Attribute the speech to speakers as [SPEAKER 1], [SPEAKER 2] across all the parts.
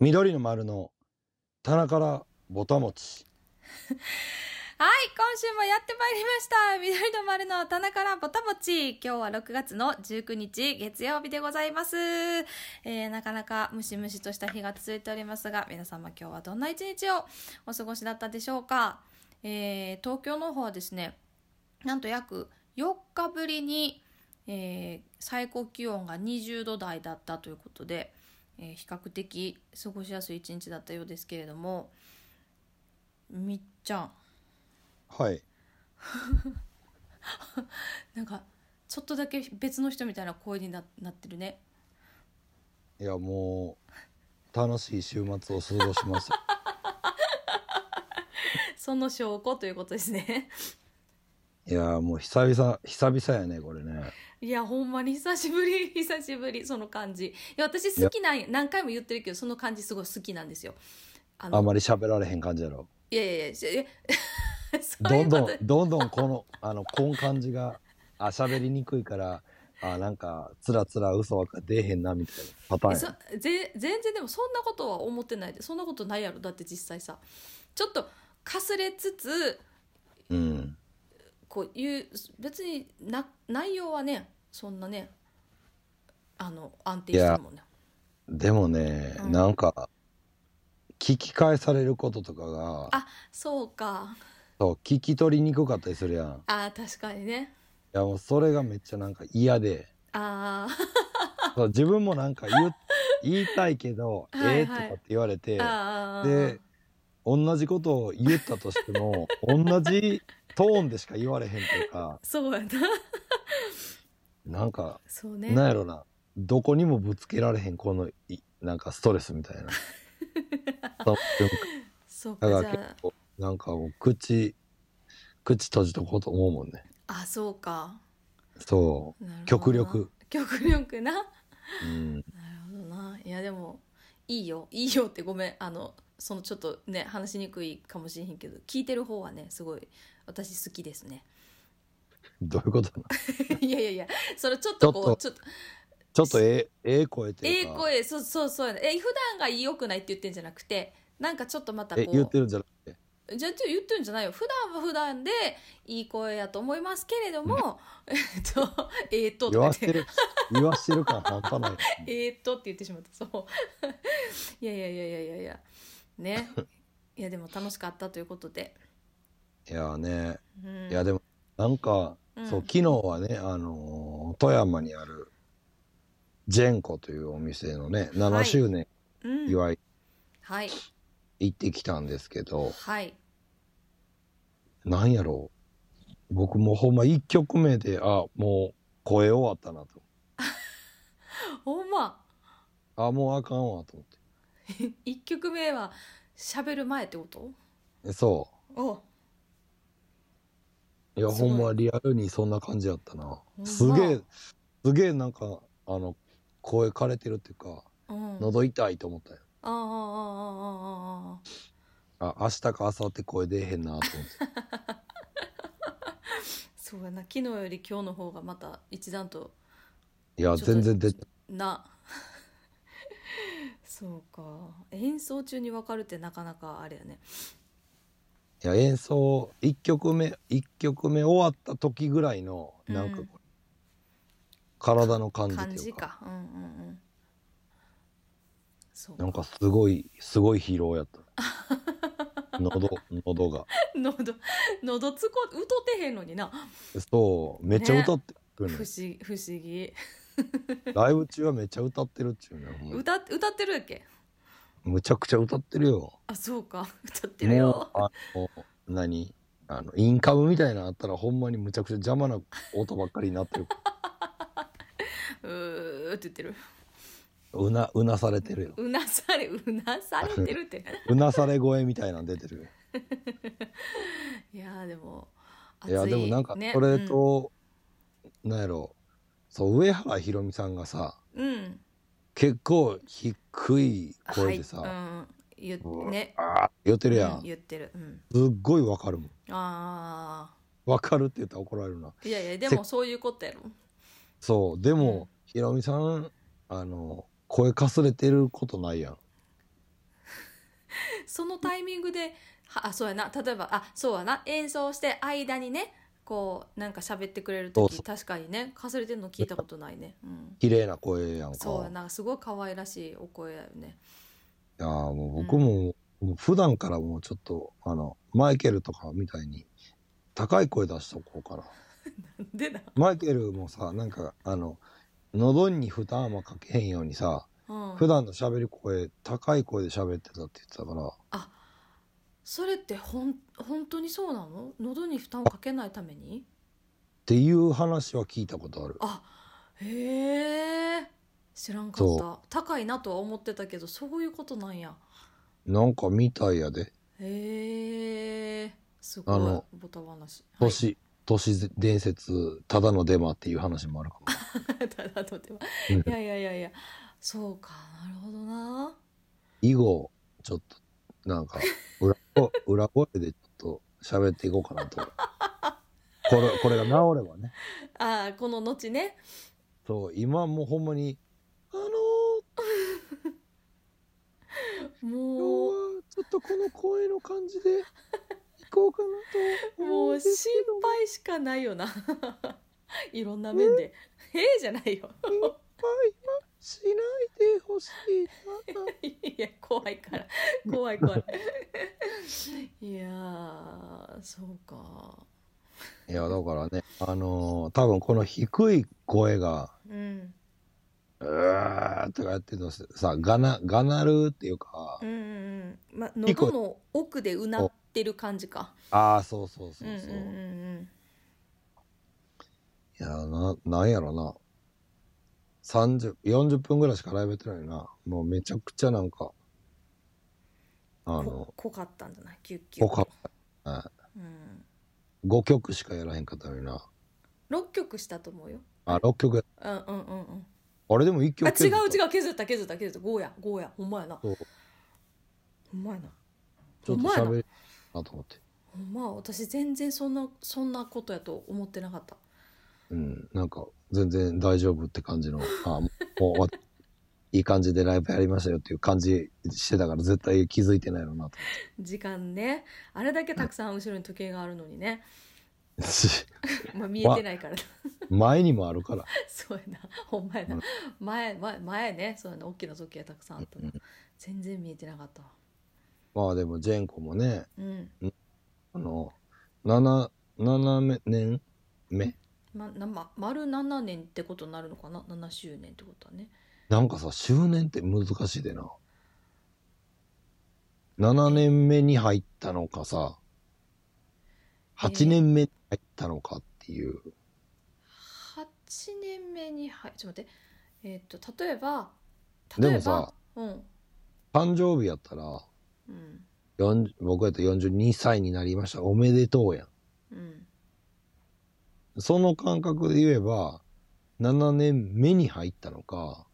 [SPEAKER 1] 緑の丸の棚からぼたもち
[SPEAKER 2] はい、今週もやってまいりました。緑の丸の棚からぼたもち。今日は6月の19日、月曜日でございます。えー、なかなかムシムシとした日が続いておりますが、皆様今日はどんな一日をお過ごしだったでしょうか。えー、東京の方はですね、なんと約4日ぶりに、えー最高気温が20度台だったということで、えー比較的過ごしやすい一日だったようですけれども、みっちゃん。
[SPEAKER 1] はい
[SPEAKER 2] なんかちょっとだけ別の人みたいな声にななってるね
[SPEAKER 1] いやもう楽しい週末を過ごしました
[SPEAKER 2] その証拠ということですね
[SPEAKER 1] いやもう久々久々やねこれね
[SPEAKER 2] いやほんまに久しぶり 久しぶりその感じいや私好きなんや何回も言ってるけどその感じすごい好きなんですよあ
[SPEAKER 1] あ
[SPEAKER 2] の
[SPEAKER 1] まり喋られへん感じやろ
[SPEAKER 2] いやいやいやしえ そう
[SPEAKER 1] ど
[SPEAKER 2] いうんこ
[SPEAKER 1] ど
[SPEAKER 2] と
[SPEAKER 1] んどんどんこのあのこん感じがあ喋りにくいからあなんかつらつら嘘ばっか出えへんなみたいなパターン
[SPEAKER 2] え
[SPEAKER 1] や
[SPEAKER 2] そぜ全然でもそんなことは思ってないでそんなことないやろだって実際さちょっとかすれつつ
[SPEAKER 1] うん
[SPEAKER 2] こういう別にな内容はねそんなねあの安定してるもんね
[SPEAKER 1] でもね、
[SPEAKER 2] うん
[SPEAKER 1] なんか聞き返されることとかが
[SPEAKER 2] あそうか
[SPEAKER 1] そう聞き取りにくかったりするやんい
[SPEAKER 2] あー確かにね
[SPEAKER 1] やもうそれがめっちゃなんか嫌で
[SPEAKER 2] あ
[SPEAKER 1] そう自分もなんか言う言いたいけど「
[SPEAKER 2] はい
[SPEAKER 1] えー
[SPEAKER 2] はい
[SPEAKER 1] とかって言われて
[SPEAKER 2] ーあー
[SPEAKER 1] で同じことを言ったとしても 同じトーンでしか言われへんというか
[SPEAKER 2] そうやな
[SPEAKER 1] なんか、
[SPEAKER 2] そう
[SPEAKER 1] なん
[SPEAKER 2] ね
[SPEAKER 1] やろなどこにもぶつけられへんこのいなんかストレスみたい な。そう
[SPEAKER 2] そう
[SPEAKER 1] だか
[SPEAKER 2] かじ
[SPEAKER 1] ら
[SPEAKER 2] ゃ
[SPEAKER 1] 結構なんかもう口口閉じとこうと思うもんね
[SPEAKER 2] ああそうか
[SPEAKER 1] そ
[SPEAKER 2] なるほどな
[SPEAKER 1] 極力
[SPEAKER 2] 極力ななる
[SPEAKER 1] う、うん、
[SPEAKER 2] ほどないやでもいいよいいよってごめんあのそのちょっとね話しにくいかもしれへんけど聞いてる方はねすごい私好きですね
[SPEAKER 1] どういうことなの
[SPEAKER 2] いやいやいやそれちょっとこうちょっと
[SPEAKER 1] ちょっと ええええ声と
[SPEAKER 2] え
[SPEAKER 1] い
[SPEAKER 2] え
[SPEAKER 1] うか
[SPEAKER 2] 声そうそうそうやねえ普段が良くないって言ってんじゃなくてなんかちょっとまたこ
[SPEAKER 1] え
[SPEAKER 2] う
[SPEAKER 1] 言ってるんじゃなくて
[SPEAKER 2] じゃあちょっと言ってるんじゃないよ普段は普段でいい声やと思いますけれどもえっと 「えっと」
[SPEAKER 1] 言わ
[SPEAKER 2] っ
[SPEAKER 1] しててる言わしてる感半端ない
[SPEAKER 2] 「えっと」って言ってしまったそう いやいやいやいやいやいや ねいやでも楽しかったということで、
[SPEAKER 1] いやーね
[SPEAKER 2] うん、
[SPEAKER 1] いやでもなんか、
[SPEAKER 2] うん
[SPEAKER 1] そう昨日はねあのー富山にあるジェンコというお店のね7周年
[SPEAKER 2] うん
[SPEAKER 1] 祝い
[SPEAKER 2] はい
[SPEAKER 1] 行ってきたんですけど、
[SPEAKER 2] はい
[SPEAKER 1] なんやろう僕もうほんま1曲目であもう声終わったなと
[SPEAKER 2] ほんま
[SPEAKER 1] あもうあかんわと思って
[SPEAKER 2] 一曲目は喋る前ってこと
[SPEAKER 1] えそ
[SPEAKER 2] お
[SPEAKER 1] ういや
[SPEAKER 2] すご
[SPEAKER 1] ほ
[SPEAKER 2] い
[SPEAKER 1] んまリアルにそんな感じやったな
[SPEAKER 2] ほんます
[SPEAKER 1] げえすげえなんかあの声枯れてるっていうか
[SPEAKER 2] うんあ
[SPEAKER 1] 喉痛いと思ったよ
[SPEAKER 2] ああああああ
[SPEAKER 1] あ明日か明後日声出えへんなと思って
[SPEAKER 2] そうやな昨日より今日の方がまた一段と
[SPEAKER 1] いや
[SPEAKER 2] ちょっと
[SPEAKER 1] 全然出て
[SPEAKER 2] なそうか演奏中に分かるってなかなかあれやね
[SPEAKER 1] いや演奏1曲目一曲目終わった時ぐらいのなんかこう、
[SPEAKER 2] うん
[SPEAKER 1] 体の感じ
[SPEAKER 2] 感
[SPEAKER 1] とい
[SPEAKER 2] じ
[SPEAKER 1] うか
[SPEAKER 2] かうんうんうんそう
[SPEAKER 1] なんかすごいすごい疲労やった喉喉が
[SPEAKER 2] 喉喉つこうとてへんのにな
[SPEAKER 1] そうめっちゃ
[SPEAKER 2] ね
[SPEAKER 1] 歌ってくる
[SPEAKER 2] 不
[SPEAKER 1] ね
[SPEAKER 2] 思議不思議
[SPEAKER 1] ライブ中はめっちゃ歌ってるっちゅうねほんま
[SPEAKER 2] 歌っ歌ってるやっけ
[SPEAKER 1] むちゃくちゃ歌ってるよ
[SPEAKER 2] あそうか 歌ってるよ
[SPEAKER 1] もうあの何あのインカムみたいなのあったらほんまにむちゃくちゃ邪魔な音ばっかりになってる
[SPEAKER 2] うーって言ってる
[SPEAKER 1] うなうなされてるよ
[SPEAKER 2] うなされうなされてるって
[SPEAKER 1] うなされ声みたいなの出てるよ
[SPEAKER 2] いやーでも
[SPEAKER 1] いやでもなんかそれ、と、なんやろそう上原ひろみさんがさ
[SPEAKER 2] うんうん
[SPEAKER 1] 結構低い声でさ、
[SPEAKER 2] はいうん、
[SPEAKER 1] う
[SPEAKER 2] 言
[SPEAKER 1] わ
[SPEAKER 2] ね
[SPEAKER 1] あー言ってるや
[SPEAKER 2] うん
[SPEAKER 1] ん、
[SPEAKER 2] 言ってる、うん、
[SPEAKER 1] すっごいわかるもん
[SPEAKER 2] あ
[SPEAKER 1] わかるって言ったら怒られるな
[SPEAKER 2] あいやいやでもそういうことやろ
[SPEAKER 1] そうでも、
[SPEAKER 2] うん
[SPEAKER 1] ひろみさんあの声かすれてることないやん
[SPEAKER 2] そのタイミングではあそうやな例えばあそうやな演奏して間にねこうなんか喋ってくれる
[SPEAKER 1] そうそ
[SPEAKER 2] 時
[SPEAKER 1] う
[SPEAKER 2] 確かにねかすれてるの聞いたことないね、うん、
[SPEAKER 1] 綺麗な声やんか。
[SPEAKER 2] そうやなすごい可愛らしいお声だよね
[SPEAKER 1] いやーもう僕も、もう普段からもうちょっと、あの、マイケルとかみたいに、高い声出しとこうから。
[SPEAKER 2] でな、
[SPEAKER 1] マイケルもさ、なんか、あの、喉に負担はかけへんようにさ、
[SPEAKER 2] うん、
[SPEAKER 1] 普段の喋り声、高い声で喋ってたって言ってたから、
[SPEAKER 2] あそれってほん本当にそうなの喉に負担をかけないために
[SPEAKER 1] っていう話は聞いたことある。
[SPEAKER 2] あへえ知らんかっ
[SPEAKER 1] そ
[SPEAKER 2] た高いなとは思ってたけどそういうことなんや
[SPEAKER 1] なんかみたいやで。
[SPEAKER 2] へえすご
[SPEAKER 1] あ
[SPEAKER 2] い
[SPEAKER 1] の
[SPEAKER 2] ボタ話は
[SPEAKER 1] 都
[SPEAKER 2] い
[SPEAKER 1] 市、都市伝説、ただのデマっていう話もある かも。
[SPEAKER 2] ただとても
[SPEAKER 1] うん
[SPEAKER 2] いやいやいやいやそうかなるほどな
[SPEAKER 1] 以後、ちょっと、なんか、裏声、裏声でちょっと喋っていこうかなと。これ、これが治ればね。
[SPEAKER 2] あーこの後ね
[SPEAKER 1] そう、今もうほんまに、あのー、今日
[SPEAKER 2] もう
[SPEAKER 1] はちょっとこの声の感じで、行こうかなと
[SPEAKER 2] も
[SPEAKER 1] 思ん
[SPEAKER 2] う
[SPEAKER 1] です
[SPEAKER 2] 心
[SPEAKER 1] けど。
[SPEAKER 2] 配しかないよな いろんな面で「へえ」じゃないよ
[SPEAKER 1] 心配はしないでほしいな。
[SPEAKER 2] いや怖いから怖い怖いいやーそうか
[SPEAKER 1] いや、だからね、あのー多分この低い声が、
[SPEAKER 2] うん
[SPEAKER 1] うーとかやってるのさ、がな、がなるっていうか
[SPEAKER 2] う、んうんうんまあ
[SPEAKER 1] いい声
[SPEAKER 2] 喉の奥でうなってる感じか
[SPEAKER 1] ああ、そうそうそう
[SPEAKER 2] うんうん
[SPEAKER 1] そう。
[SPEAKER 2] うんうん
[SPEAKER 1] いや、な、なんやろな。30、40分ぐらいしかライブやってないな。もうめちゃくちゃなんか、あの
[SPEAKER 2] こ、濃かったんじゃないキュッキュッ
[SPEAKER 1] ぽかったね。
[SPEAKER 2] うん、
[SPEAKER 1] 5曲しかやらへんかったのにな。
[SPEAKER 2] 6曲したと思うよ
[SPEAKER 1] あ、6曲や。
[SPEAKER 2] うんうんうんうん
[SPEAKER 1] あれでも1
[SPEAKER 2] あ
[SPEAKER 1] 曲
[SPEAKER 2] 違う
[SPEAKER 1] う。
[SPEAKER 2] 違う削った削った削った5や5やほんまやな
[SPEAKER 1] そう
[SPEAKER 2] ほんまやな
[SPEAKER 1] ちょっと
[SPEAKER 2] ほんま
[SPEAKER 1] 喋
[SPEAKER 2] や
[SPEAKER 1] るなと思って。
[SPEAKER 2] ほんま私全然そんなそんなことやと思ってなかった
[SPEAKER 1] うん、なんか全然大丈夫って感 じの、あ、もうもう終わっいい感じでライブやりましたよっていう感じしてたから絶対気づいてないのなと
[SPEAKER 2] 時間ねあれだけたくさん後ろに時計があるのにね、
[SPEAKER 1] 思って
[SPEAKER 2] まあ、見えてないからな
[SPEAKER 1] 前にもあるから。
[SPEAKER 2] そうやなほんまやな
[SPEAKER 1] うん
[SPEAKER 2] 前前前ねそうやな大きな時計がたくさんあったな
[SPEAKER 1] うん
[SPEAKER 2] 全然見えてなかったわ
[SPEAKER 1] まあでもジェンコもね、
[SPEAKER 2] うん、
[SPEAKER 1] あの、7、7年目
[SPEAKER 2] ま、なま丸7年ってことになるのかな7周年ってことはね
[SPEAKER 1] なんかさ、周年って難しいでな。7年目に入ったのかさ、8年目に入ったのかっていう。
[SPEAKER 2] 8年目に入ちょっと待ってえーっと例えば
[SPEAKER 1] で
[SPEAKER 2] 例えば
[SPEAKER 1] もさ
[SPEAKER 2] うん
[SPEAKER 1] 誕生日やったら、
[SPEAKER 2] うん
[SPEAKER 1] 40僕やったら42歳になりました。おめでとうやん。
[SPEAKER 2] うん
[SPEAKER 1] その感覚で言えば、7年目に入ったのか、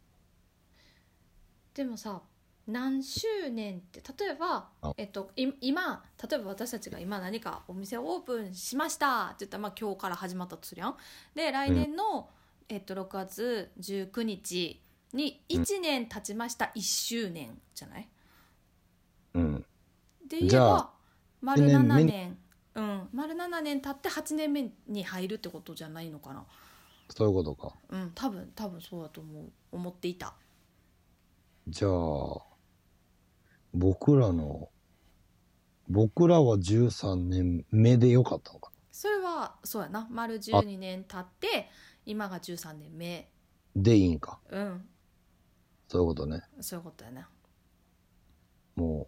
[SPEAKER 2] でもさ何周年って例えば
[SPEAKER 1] あ、
[SPEAKER 2] えっと、い今例えば私たちが今何かお店をオープンしましたって言ったら、まあ、今日から始まったとするやん。で来年の、えっと、6月19日に1年経ちました、1周年じゃない
[SPEAKER 1] うん。
[SPEAKER 2] で言え
[SPEAKER 1] じゃ
[SPEAKER 2] ば
[SPEAKER 1] あ
[SPEAKER 2] 丸
[SPEAKER 1] 一
[SPEAKER 2] 7
[SPEAKER 1] 年目
[SPEAKER 2] 年
[SPEAKER 1] に
[SPEAKER 2] うん、丸7年経って8年目に入るってことじゃないのかな。
[SPEAKER 1] そういうことか。
[SPEAKER 2] うん、多分多分そうだと思う思っていた。
[SPEAKER 1] じゃあ、僕らの、僕らは13年目でよかったのか。
[SPEAKER 2] それはそうやな丸12年経って今が13年目
[SPEAKER 1] でいいんか。
[SPEAKER 2] うん
[SPEAKER 1] そういうことね。
[SPEAKER 2] そういうことやな
[SPEAKER 1] も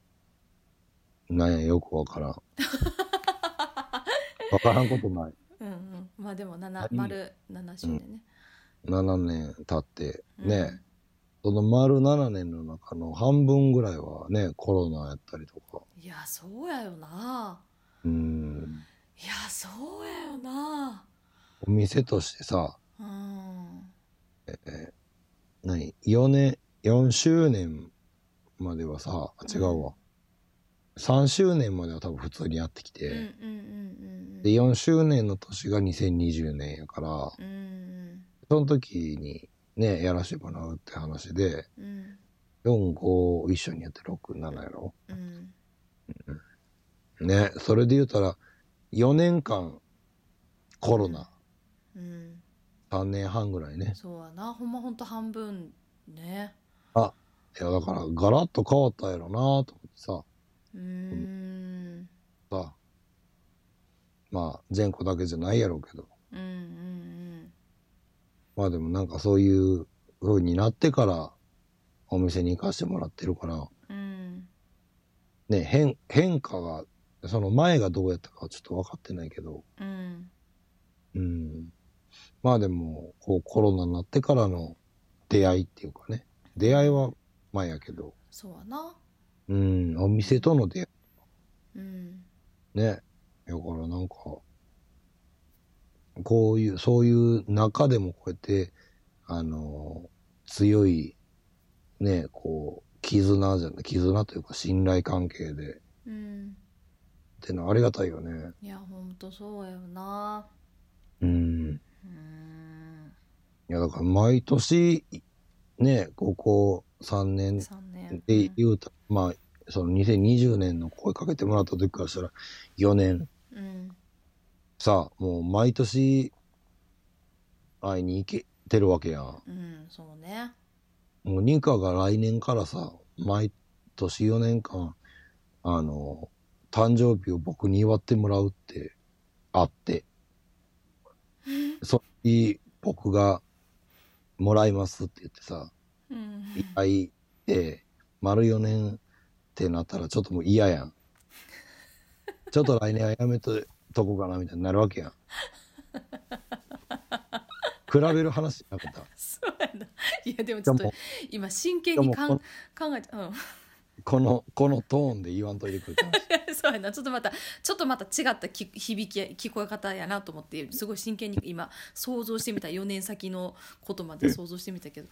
[SPEAKER 1] う、なんや、よくわ からん。わからんことない。
[SPEAKER 2] うんうんまあでも7
[SPEAKER 1] いい
[SPEAKER 2] 丸7周年ね、
[SPEAKER 1] 7年経って、
[SPEAKER 2] うん、
[SPEAKER 1] ね、その丸7年の中の半分ぐらいはね、コロナやったりとか。
[SPEAKER 2] いやそうやよな
[SPEAKER 1] うん。
[SPEAKER 2] いやそうやよな
[SPEAKER 1] お店としてさ、
[SPEAKER 2] うん
[SPEAKER 1] 何 ?4 年、4周年まではさ、あ違うわ。3周年までは多分普通にやってき
[SPEAKER 2] うんうん
[SPEAKER 1] て、
[SPEAKER 2] うんうん
[SPEAKER 1] で、4周年の年が2020年やから、
[SPEAKER 2] うんうん
[SPEAKER 1] その時にね、やらせてもらうって話で、
[SPEAKER 2] うん
[SPEAKER 1] 4、5一緒にやって6、7やろ
[SPEAKER 2] うん
[SPEAKER 1] ね、それで言うたら、4年間コロナ、
[SPEAKER 2] うん、
[SPEAKER 1] 3年半ぐらいね。
[SPEAKER 2] そうやなほんまほんと半分ね
[SPEAKER 1] いや、だから、ガラッと変わったやろなと思ってさ、
[SPEAKER 2] うーん
[SPEAKER 1] さ、まあ、前後だけじゃないやろうけど、
[SPEAKER 2] うんうん
[SPEAKER 1] まあでもなんかそういう風になってから、お店に行かせてもらってるから、
[SPEAKER 2] うんうん
[SPEAKER 1] ね、変、変化が、その前がどうやったかはちょっと分かってないけど、
[SPEAKER 2] うん
[SPEAKER 1] うん。まあでも、こうコロナになってからの出会いっていうかね、出会いは前やけど、
[SPEAKER 2] そうやな
[SPEAKER 1] うん、お店との出会
[SPEAKER 2] うん
[SPEAKER 1] いね。だからなんか、こういう、そういう中でもこうやって、あの、強い、ね、こう、絆じゃない、絆というか信頼関係で、
[SPEAKER 2] うん
[SPEAKER 1] ってのはありがたいよね。
[SPEAKER 2] いやほんとそうやよな
[SPEAKER 1] うん。
[SPEAKER 2] うーん
[SPEAKER 1] いや、だから毎年、ね、ここ3年
[SPEAKER 2] 3年
[SPEAKER 1] で言うと、まあ、その2020年の声かけてもらった時からしたら、4年
[SPEAKER 2] うん
[SPEAKER 1] さ、もう毎年会いに行けてるわけやん。
[SPEAKER 2] うんそうね
[SPEAKER 1] もうニカが来年からさ、毎年4年間、あの、誕生日を僕に祝ってもらうって、あって、そっち僕がもらいますって言ってさ、
[SPEAKER 2] うん
[SPEAKER 1] いっぱいで、丸4年ってなったらちょっともう嫌 やん。ちょっと来年はやめととこうかなみたいになるわけ やん。比べる話なかった。
[SPEAKER 2] そうやないやでもちょっ
[SPEAKER 1] でも
[SPEAKER 2] と今真剣にかん
[SPEAKER 1] でも
[SPEAKER 2] 考えてうん
[SPEAKER 1] この、このトーンで言わんといてくれた。
[SPEAKER 2] そうやなちょっとまたちょっとまた違ったき響きや聞こえ方やなと思ってすごい真剣に今想像してみた4年先のことまで想像してみたけど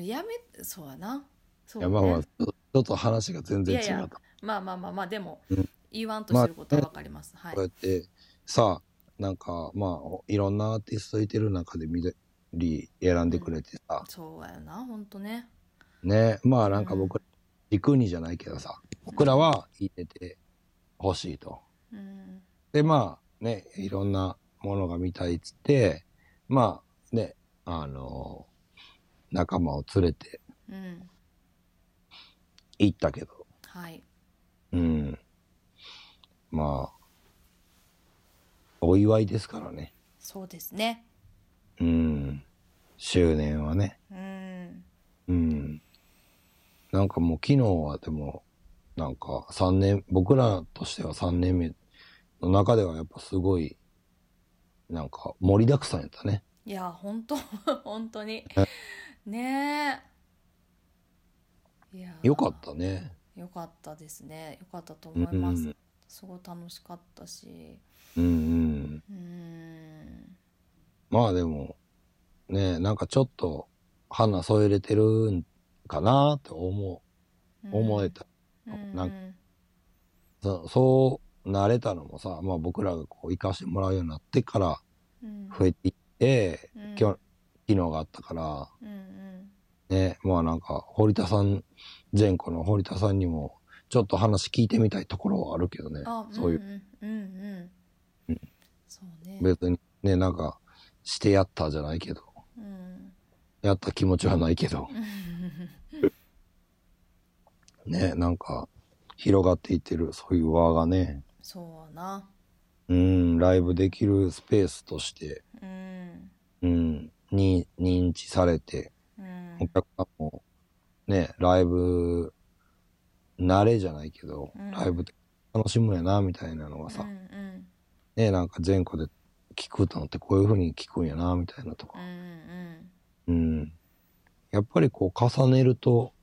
[SPEAKER 2] やめそうやなそう
[SPEAKER 1] い
[SPEAKER 2] ね、
[SPEAKER 1] や、まあまあ、ちょちょっと話が全然違った。
[SPEAKER 2] いやいやまあまあまあまあでも、
[SPEAKER 1] うん
[SPEAKER 2] 言わんとしてることはわかります、
[SPEAKER 1] こう
[SPEAKER 2] は
[SPEAKER 1] や
[SPEAKER 2] い
[SPEAKER 1] って、さあ、なんか、まあ、おいろんなアーティストいてる中で緑選んでくれてさ、
[SPEAKER 2] そうやなほんとね
[SPEAKER 1] ね、まあなんか
[SPEAKER 2] う
[SPEAKER 1] 僕、陸にじゃないけどさ、僕らはいいててほしいと。
[SPEAKER 2] うん
[SPEAKER 1] で、まあね、いろんなものが見たいっつって、まあね、あの仲間を連れて
[SPEAKER 2] うん
[SPEAKER 1] 行ったけど、
[SPEAKER 2] はい
[SPEAKER 1] うん。まあ、お祝いですからね。
[SPEAKER 2] そうですね
[SPEAKER 1] うん。周年はね。
[SPEAKER 2] うん
[SPEAKER 1] うん。なんかもう昨日はでも、なんか3年、僕らとしては3年目の中ではやっぱすごい、なんか盛りだくさんやったね。
[SPEAKER 2] いや本当 本当に
[SPEAKER 1] え
[SPEAKER 2] ねえいや
[SPEAKER 1] よかったね。
[SPEAKER 2] よかったですねよかったと思います、
[SPEAKER 1] うん
[SPEAKER 2] すごい楽しかったし
[SPEAKER 1] うんうん。
[SPEAKER 2] うーん
[SPEAKER 1] まあでも、ねなんかちょっと、花添えれてるんかなって思う、思えた。
[SPEAKER 2] うんうん
[SPEAKER 1] なんそそうなれたのもさ、まあ僕らがこう、行かしてもらうようになってから
[SPEAKER 2] うん
[SPEAKER 1] 増えていって、
[SPEAKER 2] うん
[SPEAKER 1] 今日、機能があったから、
[SPEAKER 2] うんうん
[SPEAKER 1] ね、まあなんか、堀田さん、前後の堀田さんにも、ちょっと話聞いてみたいところはあるけどね
[SPEAKER 2] あ、
[SPEAKER 1] そういう、
[SPEAKER 2] うんうんうん
[SPEAKER 1] う
[SPEAKER 2] うんんそうね
[SPEAKER 1] 別にね、なんか、してやったじゃないけど、
[SPEAKER 2] うん
[SPEAKER 1] やった気持ちはないけど、ね、なんか、広がっていってる、そういう輪がね、
[SPEAKER 2] そうな
[SPEAKER 1] うん、ライブできるスペースとして、
[SPEAKER 2] うん
[SPEAKER 1] うん、に、認知されて、
[SPEAKER 2] うん
[SPEAKER 1] お客さんも、ね、ライブ、慣れじゃないけど、
[SPEAKER 2] うん
[SPEAKER 1] ライブって楽しむやな、みたいなのがさ、
[SPEAKER 2] うんうん
[SPEAKER 1] ね、なんか前後で聞くのってこういう風に聞くんやな、みたいなと
[SPEAKER 2] う
[SPEAKER 1] か。
[SPEAKER 2] ん
[SPEAKER 1] うん。やっぱりこう重ねると、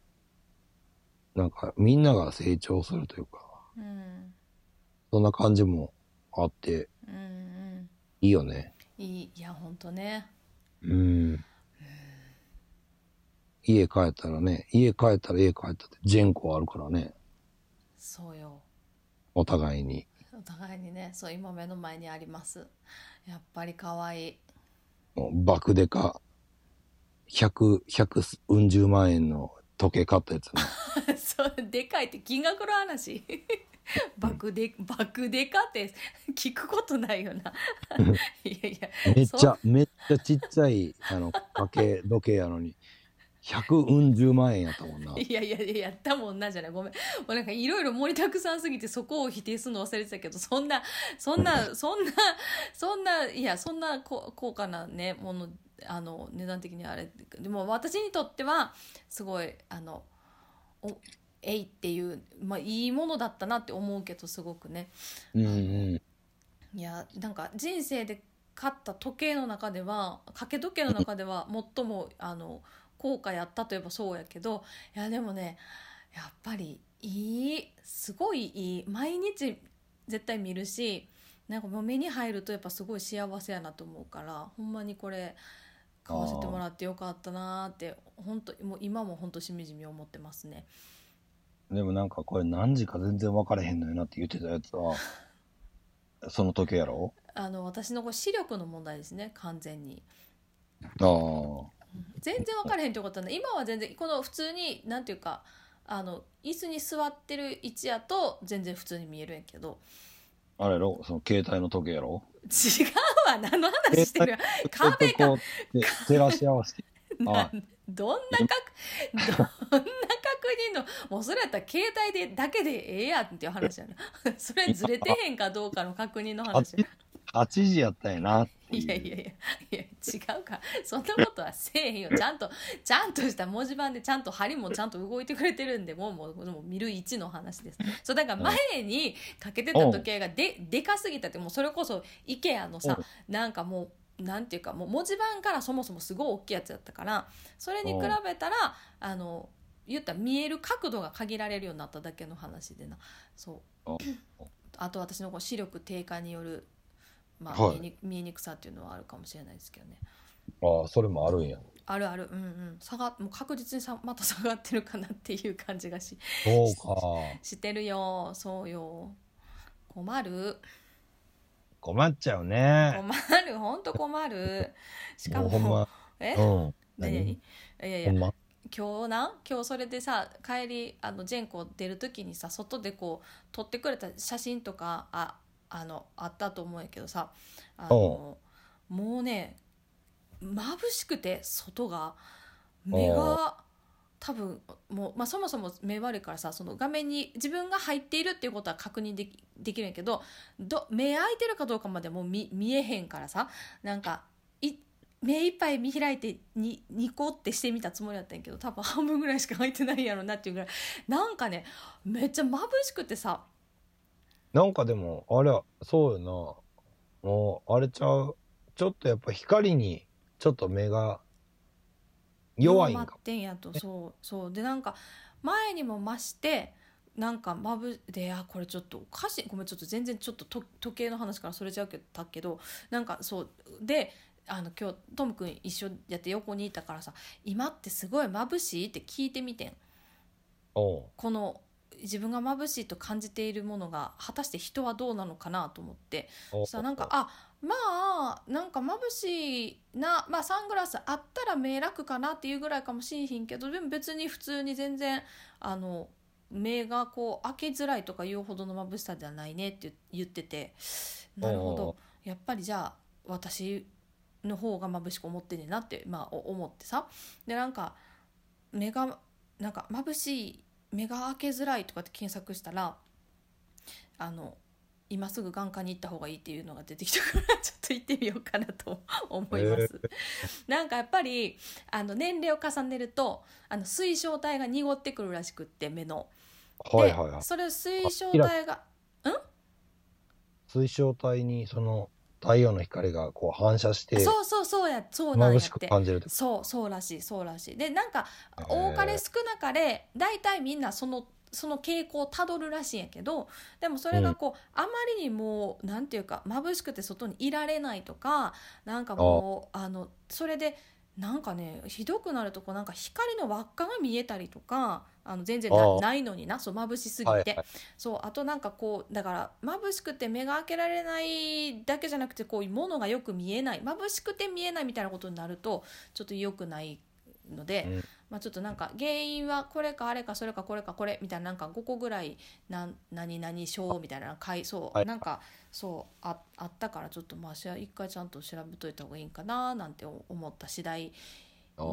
[SPEAKER 1] なんかみんなが成長するというか、
[SPEAKER 2] うんうん
[SPEAKER 1] そんな感じもあって
[SPEAKER 2] うんうん
[SPEAKER 1] いいよね。
[SPEAKER 2] いいいやほんとね
[SPEAKER 1] うん。家帰ったらね、家帰ったら家帰ったって全校あるからね、
[SPEAKER 2] そうよ
[SPEAKER 1] お互いに。
[SPEAKER 2] お互いにねそう今目の前にありますやっぱり可愛い
[SPEAKER 1] もう爆デカ、100、100、うん十万円の時計買ったやつね。
[SPEAKER 2] そうでかいって金額の話 爆で、爆でかって聞くことないよな。いやい や、
[SPEAKER 1] めっちゃめっちゃちっちゃいあの掛け時計やのに100うん十万円やったもん ない
[SPEAKER 2] やいやいや、やったもんなじゃない。ごめん。もうなんかいろいろ盛りだくさんすぎてそこを否定するの忘れてたけど、そんな、そん な、そんな、そんな、いや、そんなこ高価なね、もの、あの、値段的にあれ。でも私にとっては、すごい、あの、お、えいっていう、まあいいものだったなって思うけど、すごくね。
[SPEAKER 1] うんうん
[SPEAKER 2] いやなんか人生で買った時計の中では掛け時計の中では最もあの高価やったといえばそうやけどいやでもねやっぱりいいすごいいい毎日絶対見るしなんかもう目に入るとやっぱすごい幸せやなと思うからほんまにこれ買わせてもらってよかったなーって本当もう今も本当しみじみ思ってますね。
[SPEAKER 1] でもなんかこれ何時か全然分かれへんのよなって言ってたやつはその時計やろ
[SPEAKER 2] あの私のこれ視力の問題ですね完全に。
[SPEAKER 1] ああ
[SPEAKER 2] 全然分からへんってことはない今は全然この普通になんていうかあの椅子に座ってる位置やと全然普通に見えるんやけど
[SPEAKER 1] あれやろその携帯の時計やろ
[SPEAKER 2] 違うわ何の話してるわ壁
[SPEAKER 1] ちょっとこうて照らし合わせて
[SPEAKER 2] な
[SPEAKER 1] は
[SPEAKER 2] どんな確どんな確認のもうそれやったら携帯でだけでええやんっていう話やな それずれてへんかどうかの確認の話
[SPEAKER 1] 8時やったんやなっていう
[SPEAKER 2] いやいやいやいや違うかそんなことはせえへ んよちゃんとちゃんとした文字盤でちゃんと針もちゃんと動いてくれてるんでもうもうもう見る位置の話ですそうだから前にかけてた時計がででかすぎたってもうそれこそ IKEA のさなんかもうなんていうかもう文字盤からそもそもすごい大きいやつだったからそれに比べたらあの言ったら見える角度が限られるようになっただけの話でなそう
[SPEAKER 1] あ
[SPEAKER 2] あと私のこう視力低下による、まあ
[SPEAKER 1] はい
[SPEAKER 2] 見えに見えにくさっていうのはあるかもしれないですけどね
[SPEAKER 1] ああそれもあるんや
[SPEAKER 2] あるあるうんうん下がもう確実にさまた下がってるかなっていう感じがし
[SPEAKER 1] そう か
[SPEAKER 2] してるよそうよ困る
[SPEAKER 1] 困っちゃうね
[SPEAKER 2] 困るほんと困るしか
[SPEAKER 1] もう
[SPEAKER 2] も
[SPEAKER 1] ほんま
[SPEAKER 2] え
[SPEAKER 1] うん
[SPEAKER 2] 何
[SPEAKER 1] 何
[SPEAKER 2] 何いやい
[SPEAKER 1] ほ
[SPEAKER 2] や
[SPEAKER 1] んま
[SPEAKER 2] 今日な今日それでさ帰りあのジェンコ出る時にさ外でこう撮ってくれた写真とかああのあったと思うんやけどさあのもうね眩しくて外が目が多分もう、まあ、そもそも目悪いからさその画面に自分が入っているっていうことは確認できできるんやけどど目開いてるかどうかまでもう見見えへんからさなんかい目いっぱい見開いてにニコってしてみたつもりだったんやけど多分半分ぐらいしか開いてないやろなっていうぐらいなんかねめっちゃ眩しくてさ
[SPEAKER 1] なんかでもあれそうよなもうあれちゃうちょっとやっぱ光にちょっと目が弱いん
[SPEAKER 2] 待
[SPEAKER 1] か
[SPEAKER 2] ってんやとそうそうでなんか前にも増してなんかまぶであこれちょっとおかしいごめんちょっと全然ちょっとと時計の話からそれちゃうけどたけどなんかそうであの今日トム君一緒やって横にいたからさ「今ってすごい眩しい?」って聞いてみてん
[SPEAKER 1] おう
[SPEAKER 2] この自分が眩しいと感じているものが果たして人はどうなのかなと思って
[SPEAKER 1] おう
[SPEAKER 2] さなんかあまあなんか眩しいな、まあ、サングラスあったら目楽かなっていうぐらいかもしれへんけどでも別に普通に全然あの目がこう開けづらいとかいうほどの眩しさではないねって言っててなる
[SPEAKER 1] おう
[SPEAKER 2] ほ
[SPEAKER 1] おうお
[SPEAKER 2] どやっぱりじゃあ私の方が眩しく思ってんねんなって、まあ、お思ってさでなんか目がなんか眩しい目が開けづらいとかって検索したらあの今すぐ眼科に行った方がいいっていうのが出てきたからちょっと行ってみようかなと思います、なんかやっぱりあの年齢を重ねるとあの水晶体が濁ってくるらしくって目の、
[SPEAKER 1] はいはいはい
[SPEAKER 2] でそれを水晶体が
[SPEAKER 1] 水晶体にその太陽の光がこう反射して
[SPEAKER 2] そうそうそうやそうなんや
[SPEAKER 1] 眩
[SPEAKER 2] っ
[SPEAKER 1] しく
[SPEAKER 2] て
[SPEAKER 1] 感じるって
[SPEAKER 2] そうそうらしいそうらしいでなんか
[SPEAKER 1] へー
[SPEAKER 2] 多かれ少なかれ大体みんなそのその傾向をたどるらしいんやけどでもそれがこう、あまりにもうなんていうか眩しくて外にいられないとかなんかもうあのそれでなんかねひどくなるとこうなんか光の輪っかが見えたりとかあの全然
[SPEAKER 1] あ
[SPEAKER 2] な
[SPEAKER 1] ー
[SPEAKER 2] ないのになそう眩しすぎて、
[SPEAKER 1] はいはい
[SPEAKER 2] そうあとなんかこうだから眩しくて目が開けられないだけじゃなくてこうものがよく見えない眩しくて見えないみたいなことになるとちょっと良くないので、
[SPEAKER 1] うん
[SPEAKER 2] ままあ、ちょっとなんか原因はこれかあれかそれかこれかこれみたいななんか5個ぐらいなん何々症みたいな回そう、
[SPEAKER 1] はい
[SPEAKER 2] なんかそうああったからちょっとまあしら一回ちゃんと調べといた方がいいんかななんて思った次第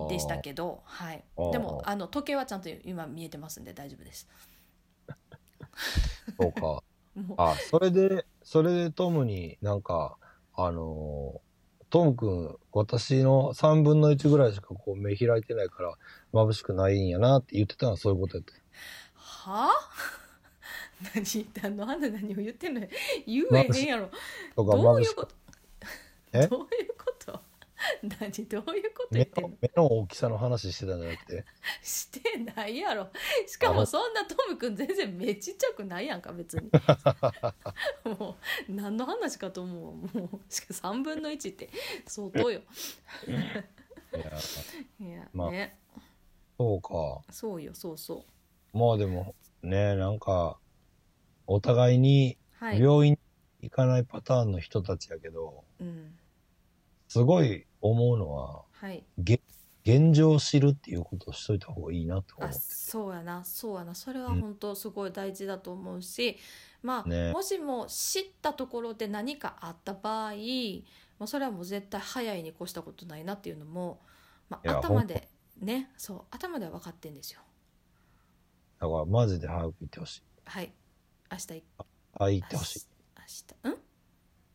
[SPEAKER 2] でしたけどはい
[SPEAKER 1] あー
[SPEAKER 2] でもあの時計はちゃんと今見えてますんで大丈夫です。
[SPEAKER 1] ど。そうか。
[SPEAKER 2] もう
[SPEAKER 1] あ、それで、それでトムになんか、あのートム君、私の3分の1ぐらいしかこう目開いてないから眩しくないんやなって言ってたのはそういうことやった。
[SPEAKER 2] はあ 何あのあんた何を言ってんの言うえへんやろ
[SPEAKER 1] とか
[SPEAKER 2] どう
[SPEAKER 1] 眩
[SPEAKER 2] い
[SPEAKER 1] し
[SPEAKER 2] う
[SPEAKER 1] く
[SPEAKER 2] こと
[SPEAKER 1] え
[SPEAKER 2] どういうこと何どういうこと言
[SPEAKER 1] 目
[SPEAKER 2] ってん
[SPEAKER 1] の
[SPEAKER 2] の
[SPEAKER 1] 目の大きさの話してたんじゃなくて、
[SPEAKER 2] してないやろしかもそんなトム君全然目ちっちゃくないやんか別 にもう何の話かと思うわもうしかも3分の1って相当よ
[SPEAKER 1] いや
[SPEAKER 2] いや、
[SPEAKER 1] まあ
[SPEAKER 2] ね
[SPEAKER 1] そうか。
[SPEAKER 2] そうよそうそう
[SPEAKER 1] まあでもね、なんか、お互いに
[SPEAKER 2] はい、
[SPEAKER 1] 病院に行かないパターンの人たちやけど、
[SPEAKER 2] うん、
[SPEAKER 1] すごい思うのは、
[SPEAKER 2] はい
[SPEAKER 1] げ現状を知るっていうことをしといた方がいいなって思
[SPEAKER 2] あ
[SPEAKER 1] う。
[SPEAKER 2] そうやなそうやなそれは
[SPEAKER 1] うん
[SPEAKER 2] 本当すごい大事だと思うし、まあ、
[SPEAKER 1] ね
[SPEAKER 2] もしも知ったところで何かあった場合、まあ、それはもう絶対早いに越したことないなっていうのも、ま
[SPEAKER 1] い
[SPEAKER 2] あ、
[SPEAKER 1] や
[SPEAKER 2] 頭でねそう頭では分かってんですよ
[SPEAKER 1] だからマジで早く行ってほしい。
[SPEAKER 2] はい明日い
[SPEAKER 1] あ、行ってほしい。
[SPEAKER 2] 明日うん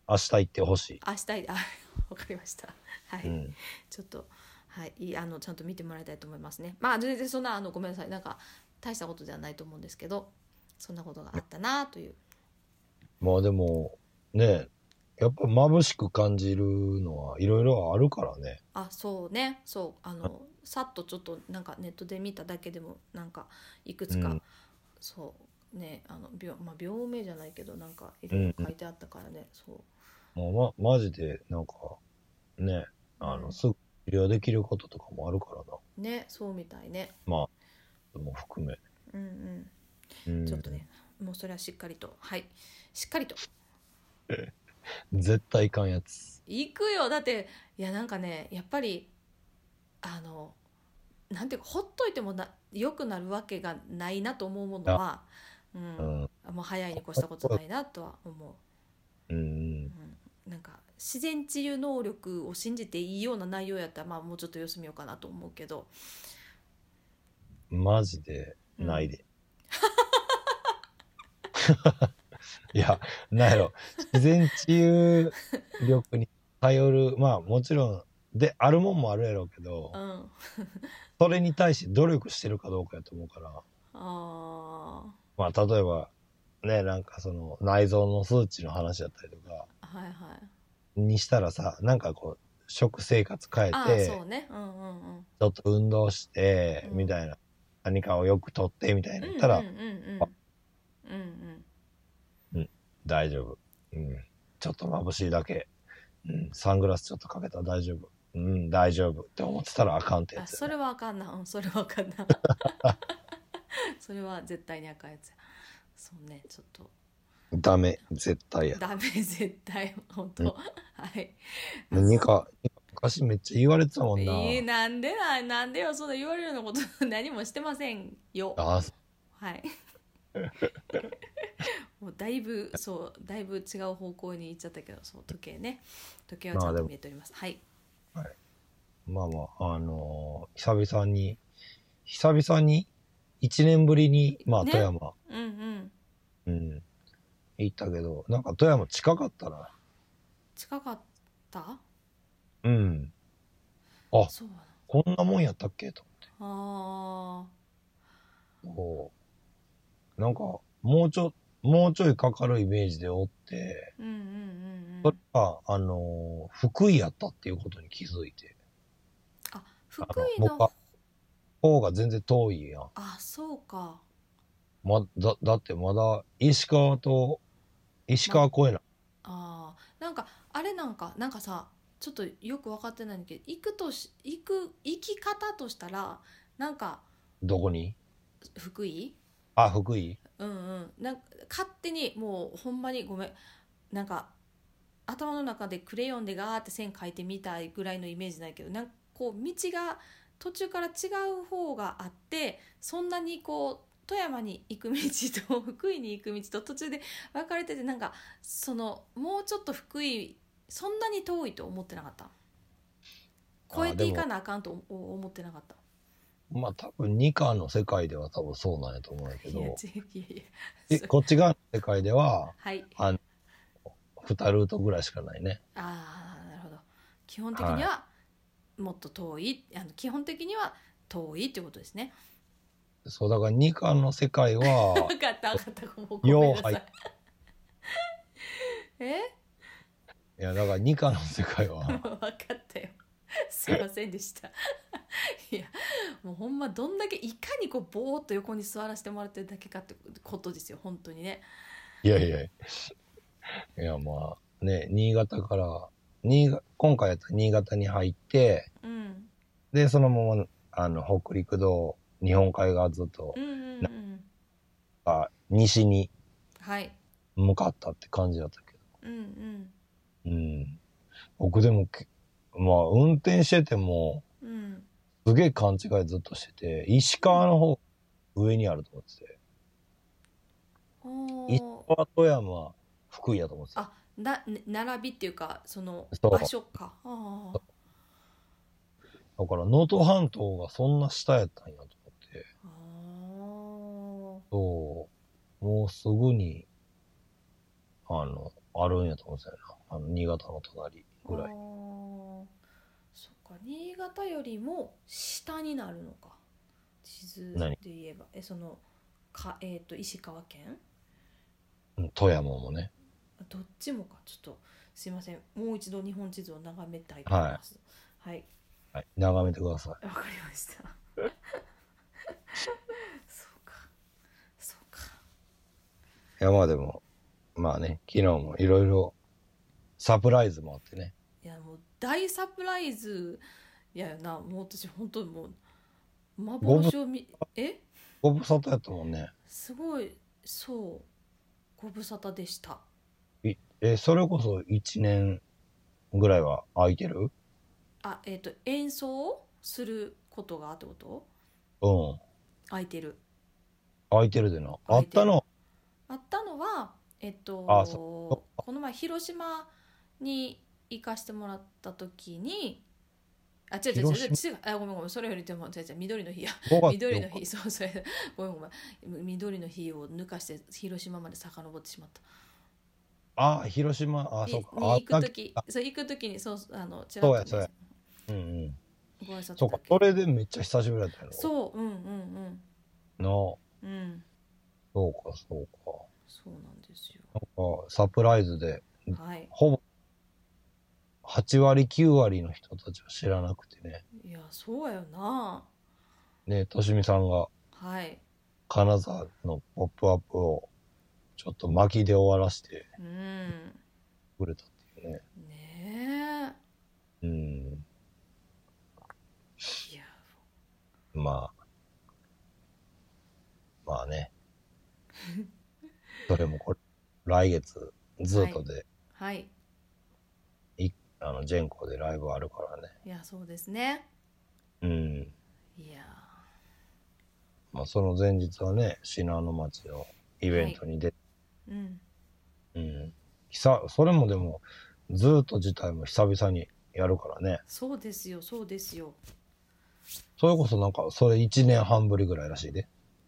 [SPEAKER 1] 明日行ってほしい。
[SPEAKER 2] 明日いあ わかりましたはい、
[SPEAKER 1] うん。
[SPEAKER 2] ちょっとはいいいあのちゃんと見てもらいたいと思いますねまあ全然そんなあのごめんなさいなんか大したことではないと思うんですけどそんなことがあったなという
[SPEAKER 1] まあでも、ね、やっぱ眩しく感じるのはいろいろあるからね。
[SPEAKER 2] あそうねそうあのさっとちょっとなんかネットで見ただけでもなんかいくつか、
[SPEAKER 1] うん
[SPEAKER 2] そうねあの病,、まあ、病名じゃないけどなんかいろいろ書いてあったからね、そう
[SPEAKER 1] もうま、マジで、なんか、ね、あ
[SPEAKER 2] うん
[SPEAKER 1] の、すぐ治療できることとかもあるからな。
[SPEAKER 2] ねそうみたいね
[SPEAKER 1] まあ、も含め。
[SPEAKER 2] うんうん
[SPEAKER 1] うん
[SPEAKER 2] ちょっとね、もうそれはしっかりとはいしっかりと
[SPEAKER 1] 絶対いかんやつ。
[SPEAKER 2] 行くよだっていやなんかねやっぱりあのなんていうかほっといてもな良くなるわけがないなと思うものは、う
[SPEAKER 1] うんん。
[SPEAKER 2] もう早いに越したことないなとは思う。
[SPEAKER 1] うん。
[SPEAKER 2] うんなんか自然治癒能力を信じていいような内容やったら、まあ、もうちょっと様子見ようかなと思うけど
[SPEAKER 1] マジで、ない で。いや、なんやろ。自然治癒力に頼る、まあもちろん、で、あるもんもあるやろうけど
[SPEAKER 2] う、ん
[SPEAKER 1] それに対して努力してるかどうかやと思うから、
[SPEAKER 2] あ
[SPEAKER 1] まあ例えば、ね、なんかその内臓の数値の話だったりとか、
[SPEAKER 2] ーはいはい
[SPEAKER 1] にしたらさ、なんかこう、食生活変
[SPEAKER 2] あ
[SPEAKER 1] え
[SPEAKER 2] ー
[SPEAKER 1] て、
[SPEAKER 2] そうねうんうんうん
[SPEAKER 1] ちょっと運動して、
[SPEAKER 2] うん
[SPEAKER 1] みたいな。何かをよくとって、みたいな
[SPEAKER 2] う
[SPEAKER 1] 言
[SPEAKER 2] ん
[SPEAKER 1] ったら
[SPEAKER 2] うんうんうんうん
[SPEAKER 1] 大丈夫。うん。ちょっと眩しいだけ。うん。サングラスちょっとかけたら大丈夫。うん、大丈夫って思ってたらあかんって
[SPEAKER 2] うん
[SPEAKER 1] や
[SPEAKER 2] あ
[SPEAKER 1] つ
[SPEAKER 2] そ
[SPEAKER 1] やね、
[SPEAKER 2] れはあかんなうんそれはあかん なそれは絶対にあかんやつやそうねちょっと
[SPEAKER 1] ダメ、絶対や。
[SPEAKER 2] ダメ絶対本当、
[SPEAKER 1] うん
[SPEAKER 2] はい
[SPEAKER 1] ニカ、ニカ昔めっちゃ言われてたもんな。
[SPEAKER 2] えー、なんでななんでよそんな言われるようなこと何もしてませんよ
[SPEAKER 1] あ、
[SPEAKER 2] はいもうだいぶそうだいぶ違う方向に行っちゃったけどそう時計ね時計は
[SPEAKER 1] ま
[SPEAKER 2] ちゃ
[SPEAKER 1] あ
[SPEAKER 2] ん
[SPEAKER 1] で
[SPEAKER 2] と
[SPEAKER 1] も
[SPEAKER 2] 見えております、はい
[SPEAKER 1] まあまあ、あのー久々に、久々に、一年ぶりに、まあ、
[SPEAKER 2] ね
[SPEAKER 1] 富山、
[SPEAKER 2] うんうん
[SPEAKER 1] うん、行ったけど、なんか富山近かったな。
[SPEAKER 2] 近かった
[SPEAKER 1] うん。あ
[SPEAKER 2] そうな
[SPEAKER 1] こんなもんやったっけと
[SPEAKER 2] あ
[SPEAKER 1] こう、なんか、もうちょ、もうちょいかかるイメージでおって、
[SPEAKER 2] ーうんうんうんう
[SPEAKER 1] それ
[SPEAKER 2] ん
[SPEAKER 1] が、あのー福井やったっていうことに気づいて、
[SPEAKER 2] あ福
[SPEAKER 1] あ
[SPEAKER 2] 井
[SPEAKER 1] の、
[SPEAKER 2] の
[SPEAKER 1] 僕は方が全然遠いやん。
[SPEAKER 2] あそうか
[SPEAKER 1] ま、だ、だってまだ、石川と、石川公園な、
[SPEAKER 2] あーなんかあれなんかなんかさちょっとよく分かってないんだけど行くとし行く行き方としたらなんか
[SPEAKER 1] どこに
[SPEAKER 2] 福井
[SPEAKER 1] あ、福井
[SPEAKER 2] うんうんなんか勝手にもうほんまにごめんなんか頭の中でクレヨンでガーって線描いてみたいぐらいのイメージないけどなんかこう道が途中から違う方があってそんなにこう富山に行く道と福井に行く道と途中で分かれててなんかそのもうちょっと福井そんなに遠いと思ってなかった
[SPEAKER 1] あ
[SPEAKER 2] 越えてい
[SPEAKER 1] でも
[SPEAKER 2] かなあかんとお思ってなかった
[SPEAKER 1] まあ多分二課の世界では多分そうなんやと思うんやけ
[SPEAKER 2] いや 違
[SPEAKER 1] ど、
[SPEAKER 2] ういやいや
[SPEAKER 1] えこっち側の世界では
[SPEAKER 2] はい
[SPEAKER 1] 2ルートぐらいしかないね。
[SPEAKER 2] ああなるほど基本的にはもっと遠い、あの基本的には遠いってことですね
[SPEAKER 1] そう、だから二課の世界 は、
[SPEAKER 2] 分かった分かったごめん
[SPEAKER 1] よう
[SPEAKER 2] ごめんなさい、
[SPEAKER 1] 入っ
[SPEAKER 2] え
[SPEAKER 1] いや、だから二課の世界
[SPEAKER 2] 分
[SPEAKER 1] は、
[SPEAKER 2] かったよすいませんでした いやもうほんまどんだけいかにこうボーっと横に座らせてもらってるだけかってことですよ本当にね
[SPEAKER 1] いやいやいや、いやまあね、新潟から、新潟今回やったら新潟に入って、
[SPEAKER 2] うん
[SPEAKER 1] で、そのまま、あの、北陸道、日本海側ずっと
[SPEAKER 2] う、んうんうん
[SPEAKER 1] あ西に
[SPEAKER 2] はい
[SPEAKER 1] 向かったって感じだったけ
[SPEAKER 2] うんうん
[SPEAKER 1] ど、うん。僕でもけ、まあ、運転してても、
[SPEAKER 2] うん
[SPEAKER 1] すげえ勘違いずっとしてて、石川の方、上にあると思ってて、
[SPEAKER 2] お
[SPEAKER 1] 石
[SPEAKER 2] ー
[SPEAKER 1] 川、富山、福井やと思ってた。
[SPEAKER 2] あなね並びっていうかその
[SPEAKER 1] そう
[SPEAKER 2] 場所かあー
[SPEAKER 1] だから、能登半島がそんな下やったんやと思って、
[SPEAKER 2] あー
[SPEAKER 1] そう、もうすぐに、あの、あるんやと思ってたよな。あの、新潟の隣ぐら
[SPEAKER 2] あ
[SPEAKER 1] い。
[SPEAKER 2] ーそっか新潟よりも下になるのか地図
[SPEAKER 1] 何
[SPEAKER 2] で言えばえそのか、えー、と石川県
[SPEAKER 1] うん富山もね。
[SPEAKER 2] どっちもかちょっとすいませんもう一度日本地図を眺めたいと思いますはい
[SPEAKER 1] はい。眺めてください。
[SPEAKER 2] わ、かりました そうかそうか
[SPEAKER 1] いや、まあでも、まあね、昨日もいろいろサプライズもあってね。
[SPEAKER 2] いやもう大サプライズやよなもう私本当にもう幻を見え
[SPEAKER 1] ご無沙汰やったもんね。
[SPEAKER 2] すごいそうご無沙汰でした
[SPEAKER 1] え、それこそ1年ぐらいは空いてる
[SPEAKER 2] あえっ、と演奏をすることがってこと
[SPEAKER 1] うん。
[SPEAKER 2] 空いてる
[SPEAKER 1] 空いてるでな。あ
[SPEAKER 2] 空い
[SPEAKER 1] って
[SPEAKER 2] る
[SPEAKER 1] たの。
[SPEAKER 2] あったのはえっ、と
[SPEAKER 1] あ
[SPEAKER 2] この前広島に行かしてもらった時にあ違う違う違う
[SPEAKER 1] 広
[SPEAKER 2] 違うあごめんごめんそれよりでも違う違う緑の日や
[SPEAKER 1] 5月
[SPEAKER 2] 緑の
[SPEAKER 1] 4日
[SPEAKER 2] 日そうそれごめんごめん緑の日を抜かして広島まで遡ってしまった
[SPEAKER 1] ああ、広島、ああ、
[SPEAKER 2] い
[SPEAKER 1] そう
[SPEAKER 2] に
[SPEAKER 1] か。あ
[SPEAKER 2] 行
[SPEAKER 1] った
[SPEAKER 2] く
[SPEAKER 1] け
[SPEAKER 2] 時
[SPEAKER 1] あ
[SPEAKER 2] そう行く時にそうあのち
[SPEAKER 1] そうや
[SPEAKER 2] 見
[SPEAKER 1] そうやうんうん。
[SPEAKER 2] ご挨拶だけ
[SPEAKER 1] そうか。それでめっちゃ久しぶりだったの。
[SPEAKER 2] そううんうん
[SPEAKER 1] の、
[SPEAKER 2] うんうん
[SPEAKER 1] そうか、そうか。
[SPEAKER 2] そうなんですよ
[SPEAKER 1] なんか、サプライズで、
[SPEAKER 2] はい
[SPEAKER 1] ほぼ、8割、9割の人たちは知らなくてね。
[SPEAKER 2] いやそうやよな
[SPEAKER 1] ね、としみさんが、
[SPEAKER 2] はい
[SPEAKER 1] 金沢のポップアップを、ちょっと巻きで終わらせて
[SPEAKER 2] うん
[SPEAKER 1] くれたっていうね。
[SPEAKER 2] ね
[SPEAKER 1] うん。
[SPEAKER 2] えいや
[SPEAKER 1] まあ。まあ ね。それもこれ、来月、ずっとで、
[SPEAKER 2] はい
[SPEAKER 1] あの、ジェンコでライブあるからね。
[SPEAKER 2] いやそうですね
[SPEAKER 1] うん。
[SPEAKER 2] いや
[SPEAKER 1] まあ、その前日はね、信濃町のイベントに出て、
[SPEAKER 2] うん
[SPEAKER 1] うん。久、それもでも、ずっと自体も久々にやるからね。
[SPEAKER 2] そうですよそうですよ
[SPEAKER 1] それこそなんか、それ1年半ぶりぐらいらしいで。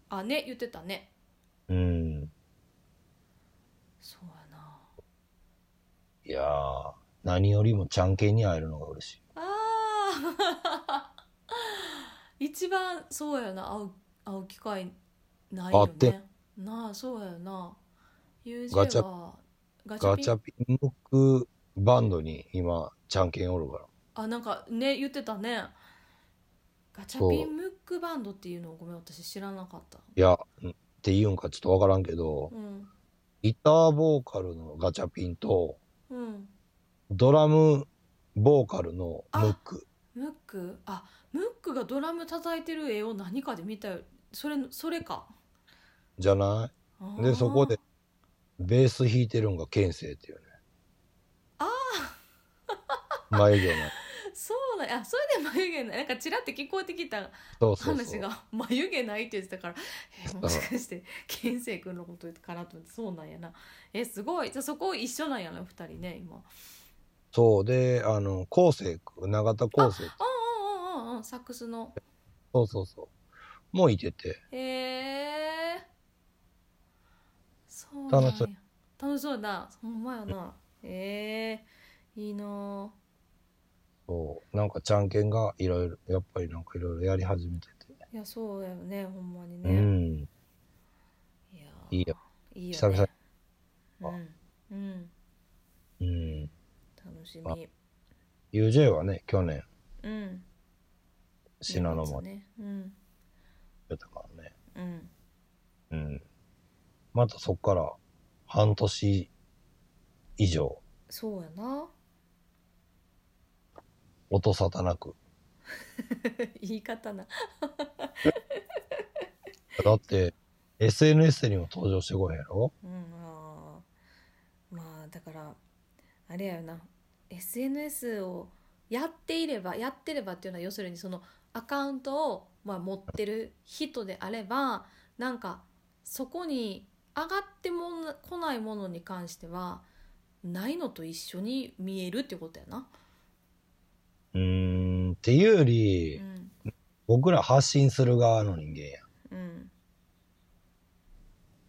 [SPEAKER 2] あね言ってたね
[SPEAKER 1] うん。
[SPEAKER 2] そうやない
[SPEAKER 1] やー、何よりもちゃんけんに会えるのが嬉しい。
[SPEAKER 2] あー一番そうやな会う会う機会ないよ
[SPEAKER 1] あって
[SPEAKER 2] ねなあそうやな友人
[SPEAKER 1] ガチャ
[SPEAKER 2] はガチャ
[SPEAKER 1] ガ
[SPEAKER 2] ピン
[SPEAKER 1] チャピンムックバンドに今、ちゃんけんおるから。
[SPEAKER 2] あなんかね言ってたねガチャピンムックバンドっていうのをごめん私知らなかった
[SPEAKER 1] いや、んって言うんかちょっとわからんけど、
[SPEAKER 2] うん
[SPEAKER 1] ギターボーカルのガチャピンと、
[SPEAKER 2] うん
[SPEAKER 1] ドラムボーカルのムック。
[SPEAKER 2] ムックあムックがドラム叩いてる絵を何かで見たよそれそれか
[SPEAKER 1] じゃな
[SPEAKER 2] あ
[SPEAKER 1] い
[SPEAKER 2] ー
[SPEAKER 1] で、そこで、ベース弾いてるんがケンセイっていうね。ああ眉毛の。
[SPEAKER 2] そうそうなんあそれで眉毛ないなんかちらって聞こえてきた
[SPEAKER 1] そうそうそ
[SPEAKER 2] 話
[SPEAKER 1] う。
[SPEAKER 2] が「眉毛ない」って言ってたからえもしかして金星君のことかなと思ってそうなんやなえすごいじゃあそこ一緒なんやな二人ね今
[SPEAKER 1] そうで、あの、昴生君、永田昴生君、
[SPEAKER 2] うんうんうんうんうんサックスの
[SPEAKER 1] そうそうそう。もういてて、
[SPEAKER 2] へえそうなんや
[SPEAKER 1] 楽しそう
[SPEAKER 2] 楽しそうだほんまやなえー、いいなぁ
[SPEAKER 1] そう、なんかちゃんけんがいろいろ、やっぱりなんかいろいろやり始めてて。
[SPEAKER 2] いやそうやよねほんまに
[SPEAKER 1] う
[SPEAKER 2] ね、
[SPEAKER 1] ん。
[SPEAKER 2] いや
[SPEAKER 1] いいよ
[SPEAKER 2] いいよ、ね、
[SPEAKER 1] 久々に
[SPEAKER 2] うん、
[SPEAKER 1] う
[SPEAKER 2] うん、
[SPEAKER 1] ん。
[SPEAKER 2] 楽しみ
[SPEAKER 1] UJ はね、去年、
[SPEAKER 2] うん
[SPEAKER 1] 信濃
[SPEAKER 2] 年末
[SPEAKER 1] も
[SPEAKER 2] ねうん
[SPEAKER 1] 出たからね。
[SPEAKER 2] うん
[SPEAKER 1] うん。またそっから、半年以上、
[SPEAKER 2] そうやな
[SPEAKER 1] 音沙汰なく。
[SPEAKER 2] 言い方な
[SPEAKER 1] だって、SNS にも登場してこへんやろ
[SPEAKER 2] うんあーまあだからあれやよな SNS をやっていればやってればっていうのは要するにそのアカウントを、まあ、持ってる人であればなんかそこに上がってもな来ないものに関してはないのと一緒に見えるってことやな。
[SPEAKER 1] うーん、っていうより、
[SPEAKER 2] うん
[SPEAKER 1] 僕ら発信する側の人間や。
[SPEAKER 2] うん、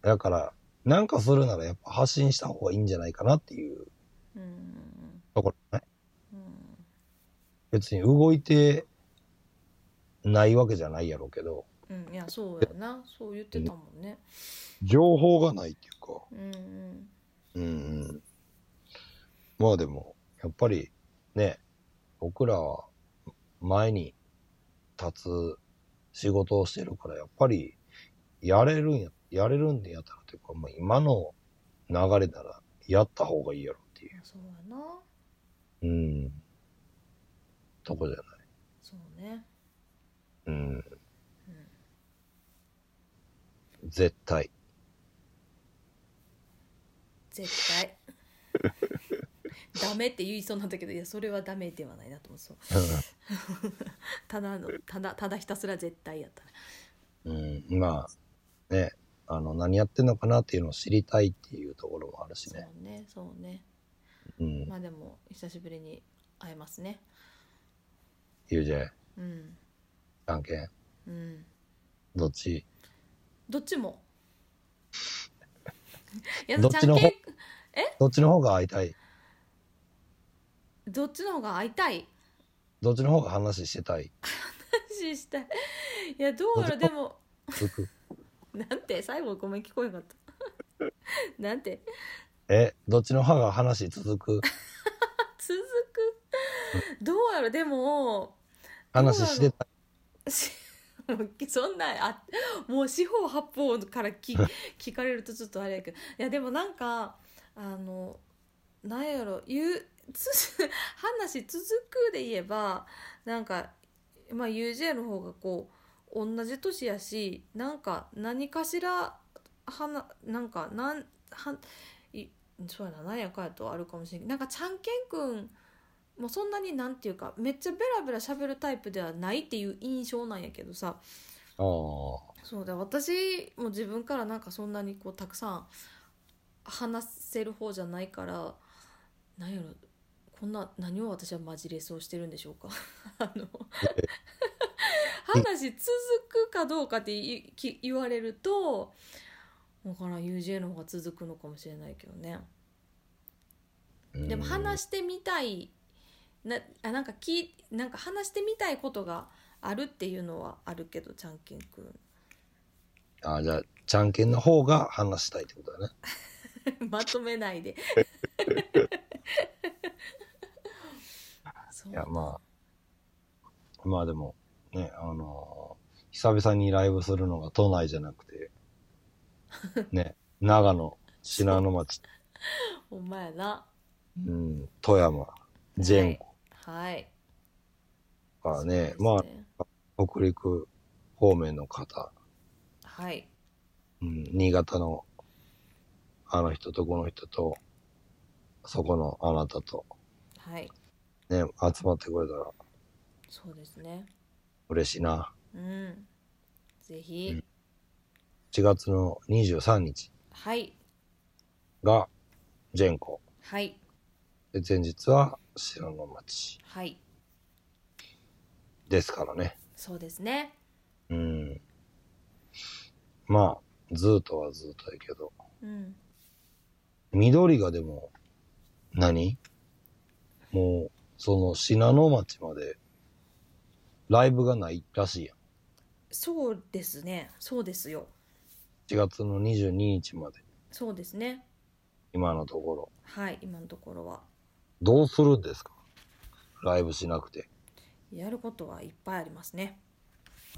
[SPEAKER 1] だから、なんかするならやっぱ発信した方がいいんじゃないかなっていう
[SPEAKER 2] うん
[SPEAKER 1] ところね。
[SPEAKER 2] うん
[SPEAKER 1] 別に動いてないわけじゃないやろうけど、
[SPEAKER 2] うん、いやそうやなそう言ってたもんね。
[SPEAKER 1] 情報がないっていうか。
[SPEAKER 2] うんうん
[SPEAKER 1] うんうん。まあでも、やっぱりね、僕らは前に立つ仕事をしてるから、やっぱりやれるんや、やれるんでやったらというか、まあ今の流れならやった方がいいやろっていう
[SPEAKER 2] い。やそうやな
[SPEAKER 1] うん。とこじゃない。
[SPEAKER 2] そうね。
[SPEAKER 1] うん。
[SPEAKER 2] うん
[SPEAKER 1] 絶対。
[SPEAKER 2] 絶対 ダメって言いそうなんだけどいやそれはダメではないなと思うそうただのただただひたすら絶対やったね
[SPEAKER 1] うん。まあ、ね、あの、何やってんのかなっていうのを知りたいっていうところもあるし
[SPEAKER 2] そ
[SPEAKER 1] ね。
[SPEAKER 2] うねそうね
[SPEAKER 1] うん。
[SPEAKER 2] まあでも久しぶりに会えますね
[SPEAKER 1] UJ、
[SPEAKER 2] うん
[SPEAKER 1] 案件、
[SPEAKER 2] うん
[SPEAKER 1] どっち
[SPEAKER 2] どっ ちもいや
[SPEAKER 1] どっちの方
[SPEAKER 2] じゃんけん
[SPEAKER 1] どっちの方が会いたい
[SPEAKER 2] どっちの方が会いたい
[SPEAKER 1] どっちの方が話してたい
[SPEAKER 2] 話したいいやどうやらでも
[SPEAKER 1] 僕
[SPEAKER 2] なんて最後ごめん聞こえなかったなんて
[SPEAKER 1] え、どっちの方が話続く
[SPEAKER 2] 続 くどうやらでも
[SPEAKER 1] 話してたい
[SPEAKER 2] し そんなあもう四方八方から聞聞かれるとちょっとあれやけどいやでもなんかあのなんやろ言うつ 話続くで言えばなんか、まあ、UJ の方がこう同じ年やしなんか何かしらはななんかなんはいそうやななんやかやとあるかもしれんけどなんかちゃんけんくんもうそんなになんていうかめっちゃベラベラ喋るタイプではないっていう印象なんやけどさ
[SPEAKER 1] ああ。
[SPEAKER 2] そうだ私も自分からなんかそんなにこうたくさん話せる方じゃないからなんやろこんな何を私はマジレスをしてるんでしょうか あの話続くかどうかっていき言われるとだからん UJ の方が続くのかもしれないけどね。
[SPEAKER 1] うん
[SPEAKER 2] でも話してみたいなあなんかきなんか話してみたいことがあるっていうのはあるけどちゃんけんくん
[SPEAKER 1] あじゃあ、じゃんけんの方が話したいってことだね。
[SPEAKER 2] まとめな いでそう
[SPEAKER 1] いや、まあ、まあでも、ね、あのー久々にライブするのが都内じゃなくて、 ね、長野、信濃町、
[SPEAKER 2] ほんまやな
[SPEAKER 1] うん、富山、全国
[SPEAKER 2] はい
[SPEAKER 1] からね、
[SPEAKER 2] そう
[SPEAKER 1] ま
[SPEAKER 2] ですね
[SPEAKER 1] あ、北陸方面の方、
[SPEAKER 2] はい
[SPEAKER 1] うん、新潟のあの人とこの人と、そこのあなたと、
[SPEAKER 2] はい
[SPEAKER 1] ね、集まってくれたら、
[SPEAKER 2] そうですね。
[SPEAKER 1] 嬉しいな。
[SPEAKER 2] うん。ぜひ。
[SPEAKER 1] うん4月の23日
[SPEAKER 2] はい。
[SPEAKER 1] が善光。
[SPEAKER 2] はい。
[SPEAKER 1] で、前日は城の町
[SPEAKER 2] はい。
[SPEAKER 1] ですからね。
[SPEAKER 2] そうですね。
[SPEAKER 1] うん。まあ、ずーとはずーとやけど。
[SPEAKER 2] うん。
[SPEAKER 1] 緑がでも、何もう、その信濃町まで、ライブがないらしいやん。
[SPEAKER 2] そうですね。そうですよ。
[SPEAKER 1] 4月の22日まで、
[SPEAKER 2] そうですね。
[SPEAKER 1] 今のところ。
[SPEAKER 2] はい。今のところは。
[SPEAKER 1] どうするんですかライブしなくて。
[SPEAKER 2] やることはいっぱいありますね。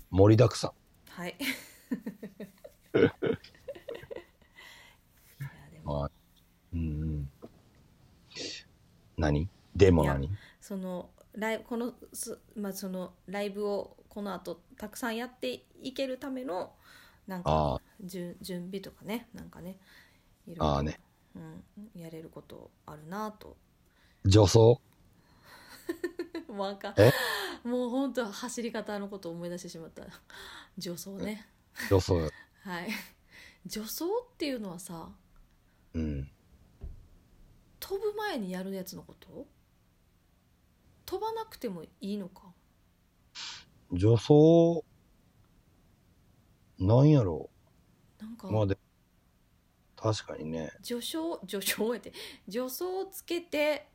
[SPEAKER 1] 盛りだくさん。
[SPEAKER 2] はい。いやでも
[SPEAKER 1] まあ、うんうん。何でも何
[SPEAKER 2] そのライブこのすまあそのライブをこの後たくさんやっていけるためのなん
[SPEAKER 1] あ
[SPEAKER 2] か
[SPEAKER 1] あ
[SPEAKER 2] 準準備とかねなんかねいろい
[SPEAKER 1] ああね、
[SPEAKER 2] うん、やれることあるなと
[SPEAKER 1] 女装
[SPEAKER 2] もうなんか
[SPEAKER 1] え
[SPEAKER 2] もう本当走り方のことを思い出してしまった女装ね
[SPEAKER 1] 女装。
[SPEAKER 2] はい女装っていうのはさ
[SPEAKER 1] うん。
[SPEAKER 2] 飛ぶ前にやるやつのこと飛ばなくてもいいのか
[SPEAKER 1] 女装、なんやろ
[SPEAKER 2] なんか
[SPEAKER 1] う。まあで、確かにね。
[SPEAKER 2] 序章序章やって助走をつけて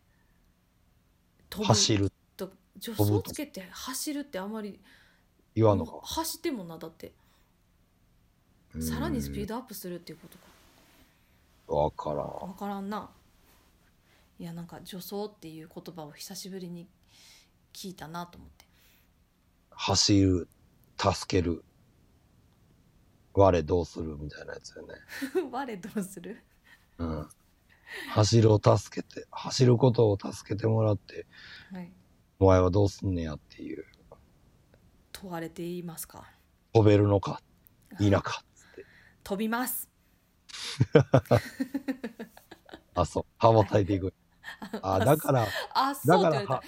[SPEAKER 2] 飛ぶ
[SPEAKER 1] 走る
[SPEAKER 2] と助走をつけて走るってあまり
[SPEAKER 1] 言わんのか。
[SPEAKER 2] 走ってもなだってさらにスピードアップするっていうことか
[SPEAKER 1] ド。わからん。
[SPEAKER 2] 分からんないやなんか助走っていう言葉を久しぶりに聞いたなと思って
[SPEAKER 1] 走る、助ける、我どうするみたいなやつよね。
[SPEAKER 2] 「我どうする?
[SPEAKER 1] うん。走るを助けて、走ることを助けてもらって、」
[SPEAKER 2] はい
[SPEAKER 1] お前はどうすんねやっていう。
[SPEAKER 2] 問われていますか
[SPEAKER 1] 飛べるのか、否か。
[SPEAKER 2] 飛びます
[SPEAKER 1] あ、そう。羽ばたいていく。 あ、だから、
[SPEAKER 2] あそう
[SPEAKER 1] だか
[SPEAKER 2] って言わ
[SPEAKER 1] ら
[SPEAKER 2] れた
[SPEAKER 1] は、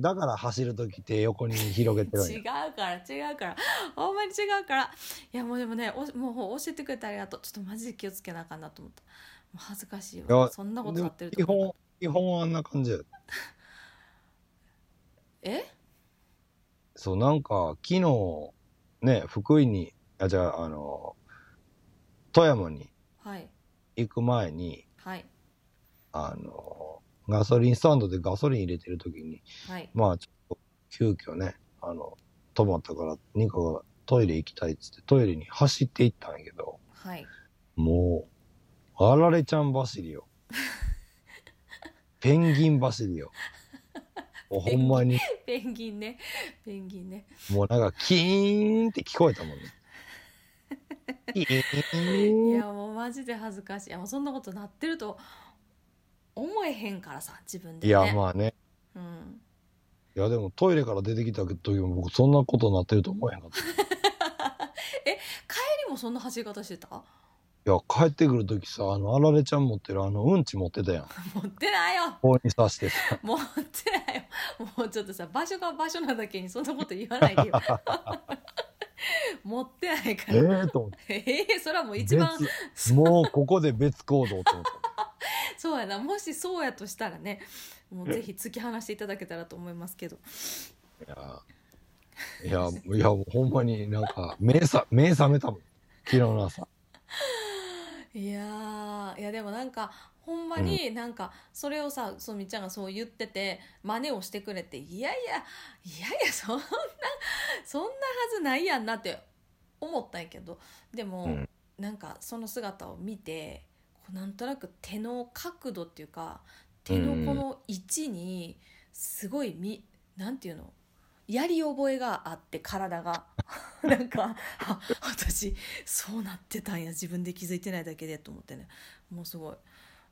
[SPEAKER 1] だから走るとき手横に広げてるん
[SPEAKER 2] 違
[SPEAKER 1] や
[SPEAKER 2] う。から違うからほんまに違うからいやもうでもねおもう教えてくれてありがとうちょっとマジで気をつけなあかんなと思ったもう恥ずかしい
[SPEAKER 1] い
[SPEAKER 2] わ
[SPEAKER 1] や
[SPEAKER 2] そんなこと
[SPEAKER 1] で
[SPEAKER 2] な
[SPEAKER 1] も
[SPEAKER 2] ってる
[SPEAKER 1] 基
[SPEAKER 2] と思う
[SPEAKER 1] 本、基本はあんな感じや。
[SPEAKER 2] え
[SPEAKER 1] そう、なんか、昨日、ね、福井に、あ、じゃあ、あの、富山に
[SPEAKER 2] はい
[SPEAKER 1] 行く前に、
[SPEAKER 2] はい
[SPEAKER 1] あの、ガソリンスタンドでガソリン入れてる時に、
[SPEAKER 2] はい
[SPEAKER 1] まあ、ちょっと、急遽ね、あの、止まったから、ニカがトイレ行きたいっつって、トイレに走って行ったんやけど、
[SPEAKER 2] はい
[SPEAKER 1] もう、あられちゃん走りよ。ペンギン走りよ。もうほんまに、
[SPEAKER 2] ペンギンねペンギンね
[SPEAKER 1] もうなんか、キーンって聞こえたもんね。キ
[SPEAKER 2] い
[SPEAKER 1] ーン
[SPEAKER 2] やもうマジで恥ずかしいいやもうそんなことなってると思えへんからさ自分で、
[SPEAKER 1] い
[SPEAKER 2] ね、
[SPEAKER 1] や、まあね。
[SPEAKER 2] うん
[SPEAKER 1] いや、でもトイレから出てきた時も僕そんなことなってると思えへんかった。い
[SPEAKER 2] でもそんな走り方してた
[SPEAKER 1] や、帰ってくる時さ、あの、あられちゃん持ってるあの、うんち持ってたやん。
[SPEAKER 2] 持ってないよ
[SPEAKER 1] 棒に刺してさ。
[SPEAKER 2] 持ってないよもうちょっとさ場所が場所なだけにそんなこと言わないでよ持ってないか
[SPEAKER 1] ええ
[SPEAKER 2] ら
[SPEAKER 1] と思って。
[SPEAKER 2] ええそれはもう 一番
[SPEAKER 1] 別もうここで別行動と思って。
[SPEAKER 2] そうやなもしそうやとしたらねもうぜひ突き放していただけたらと思いますけど
[SPEAKER 1] いや、いや、いやもうほんまになんか、目さ、目覚めたもん。昨日の朝。
[SPEAKER 2] いやーいやでもなんかほんまになんかそれをさ、そうみっちゃんがそう言ってて真似をしてくれていやいやいやいやそんなそんなはずないやんなって思ったんやけどでも、
[SPEAKER 1] うん
[SPEAKER 2] なんかその姿を見てこうなんとなく手の角度っていうか手のこの位置にすごいみ、なんていうのやり覚えがあって体が なんかあ私そうなってたんや自分で気づいてないだけでと思ってねもうすごい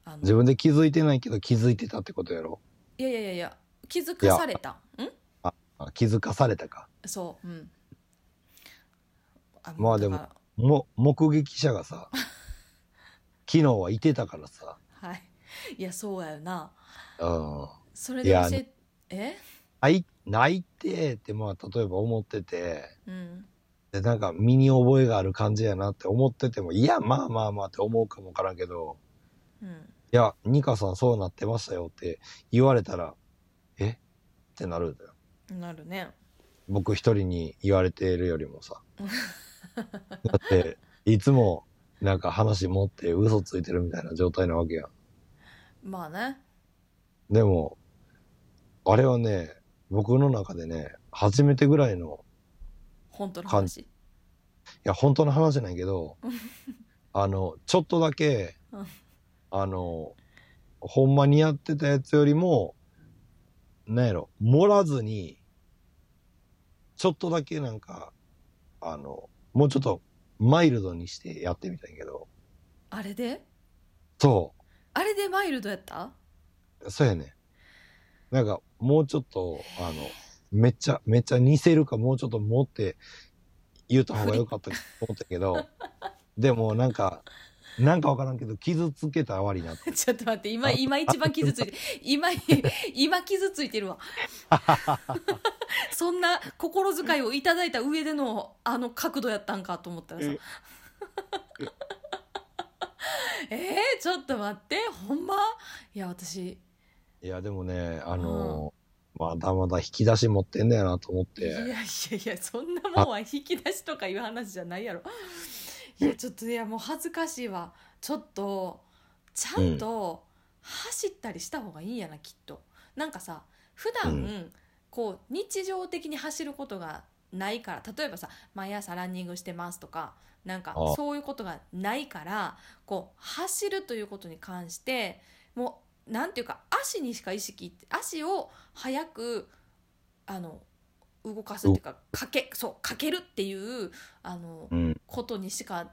[SPEAKER 2] あ
[SPEAKER 1] 自
[SPEAKER 2] の
[SPEAKER 1] 分で気づいてないけど気づいてたってことやろ。
[SPEAKER 2] いやいやいやいや気づかされたん
[SPEAKER 1] あ気づかされたか。
[SPEAKER 2] そううんあ
[SPEAKER 1] まあでも
[SPEAKER 2] だか
[SPEAKER 1] も、目撃者がさ、昨日はいてたからさ。
[SPEAKER 2] らはいいやそうやよな
[SPEAKER 1] うん。
[SPEAKER 2] それで
[SPEAKER 1] い
[SPEAKER 2] 教
[SPEAKER 1] や
[SPEAKER 2] ええ
[SPEAKER 1] あいないってって、まあ、例えば思ってて、
[SPEAKER 2] うん
[SPEAKER 1] で、なんか身に覚えがある感じやなって思ってても、いや、まあまあまあって思うかもわからんけど、
[SPEAKER 2] うん
[SPEAKER 1] いや、ニカさんそうなってましたよって言われたら、えってなるんだよ。
[SPEAKER 2] なるね
[SPEAKER 1] 僕一人に言われているよりもさ。だって、いつもなんか話持って嘘ついてるみたいな状態なわけやん。
[SPEAKER 2] まあね
[SPEAKER 1] でも、あれはね、僕の中でね、初めてぐらいの、
[SPEAKER 2] 本当の話
[SPEAKER 1] いや、本当の話なんやけど、あの、ちょっとだけ
[SPEAKER 2] うん、
[SPEAKER 1] あの、ほんまにやってたやつよりも、なんやろ、盛らずに、ちょっとだけなんか、あの、もうちょっとマイルドにしてやってみたんやけど、
[SPEAKER 2] あれで
[SPEAKER 1] そ
[SPEAKER 2] あれでマイルドやった
[SPEAKER 1] う、そうやね。なんか、もうちょっと、あの、めっちゃ、めっちゃ似せるか、もうちょっと持って言った方が良かったと思ったけ ど、でもなんか、なんかわからんけど、傷つけたら悪いなと。
[SPEAKER 2] ちょっと待って今今一番傷ついて今今傷ついてるわそんな心遣いをいただいた上でのあの角度やったんかと思ったらさ えー、ちょっと待ってほんまいや私
[SPEAKER 1] いや、でもね、あのーまだまだ引き出し持ってんだよなと思っ
[SPEAKER 2] いやい
[SPEAKER 1] て、
[SPEAKER 2] やいやそんなもんは引き出しとかいう話じゃないやろいやちょっといやもう恥ずかしいわちょっとちゃんと走ったりした方がいいんやなきっとなんかさ普段、
[SPEAKER 1] う
[SPEAKER 2] こう日常的に走ることがないから例えばさ毎朝ランニングしてますとかなんか
[SPEAKER 1] あ
[SPEAKER 2] そういうことがないからこう走るということに関してもうなんていうか足にしか意識いって足を速くあの動かすっていうかかけそうかけるっていうあの
[SPEAKER 1] うん、
[SPEAKER 2] ことにしか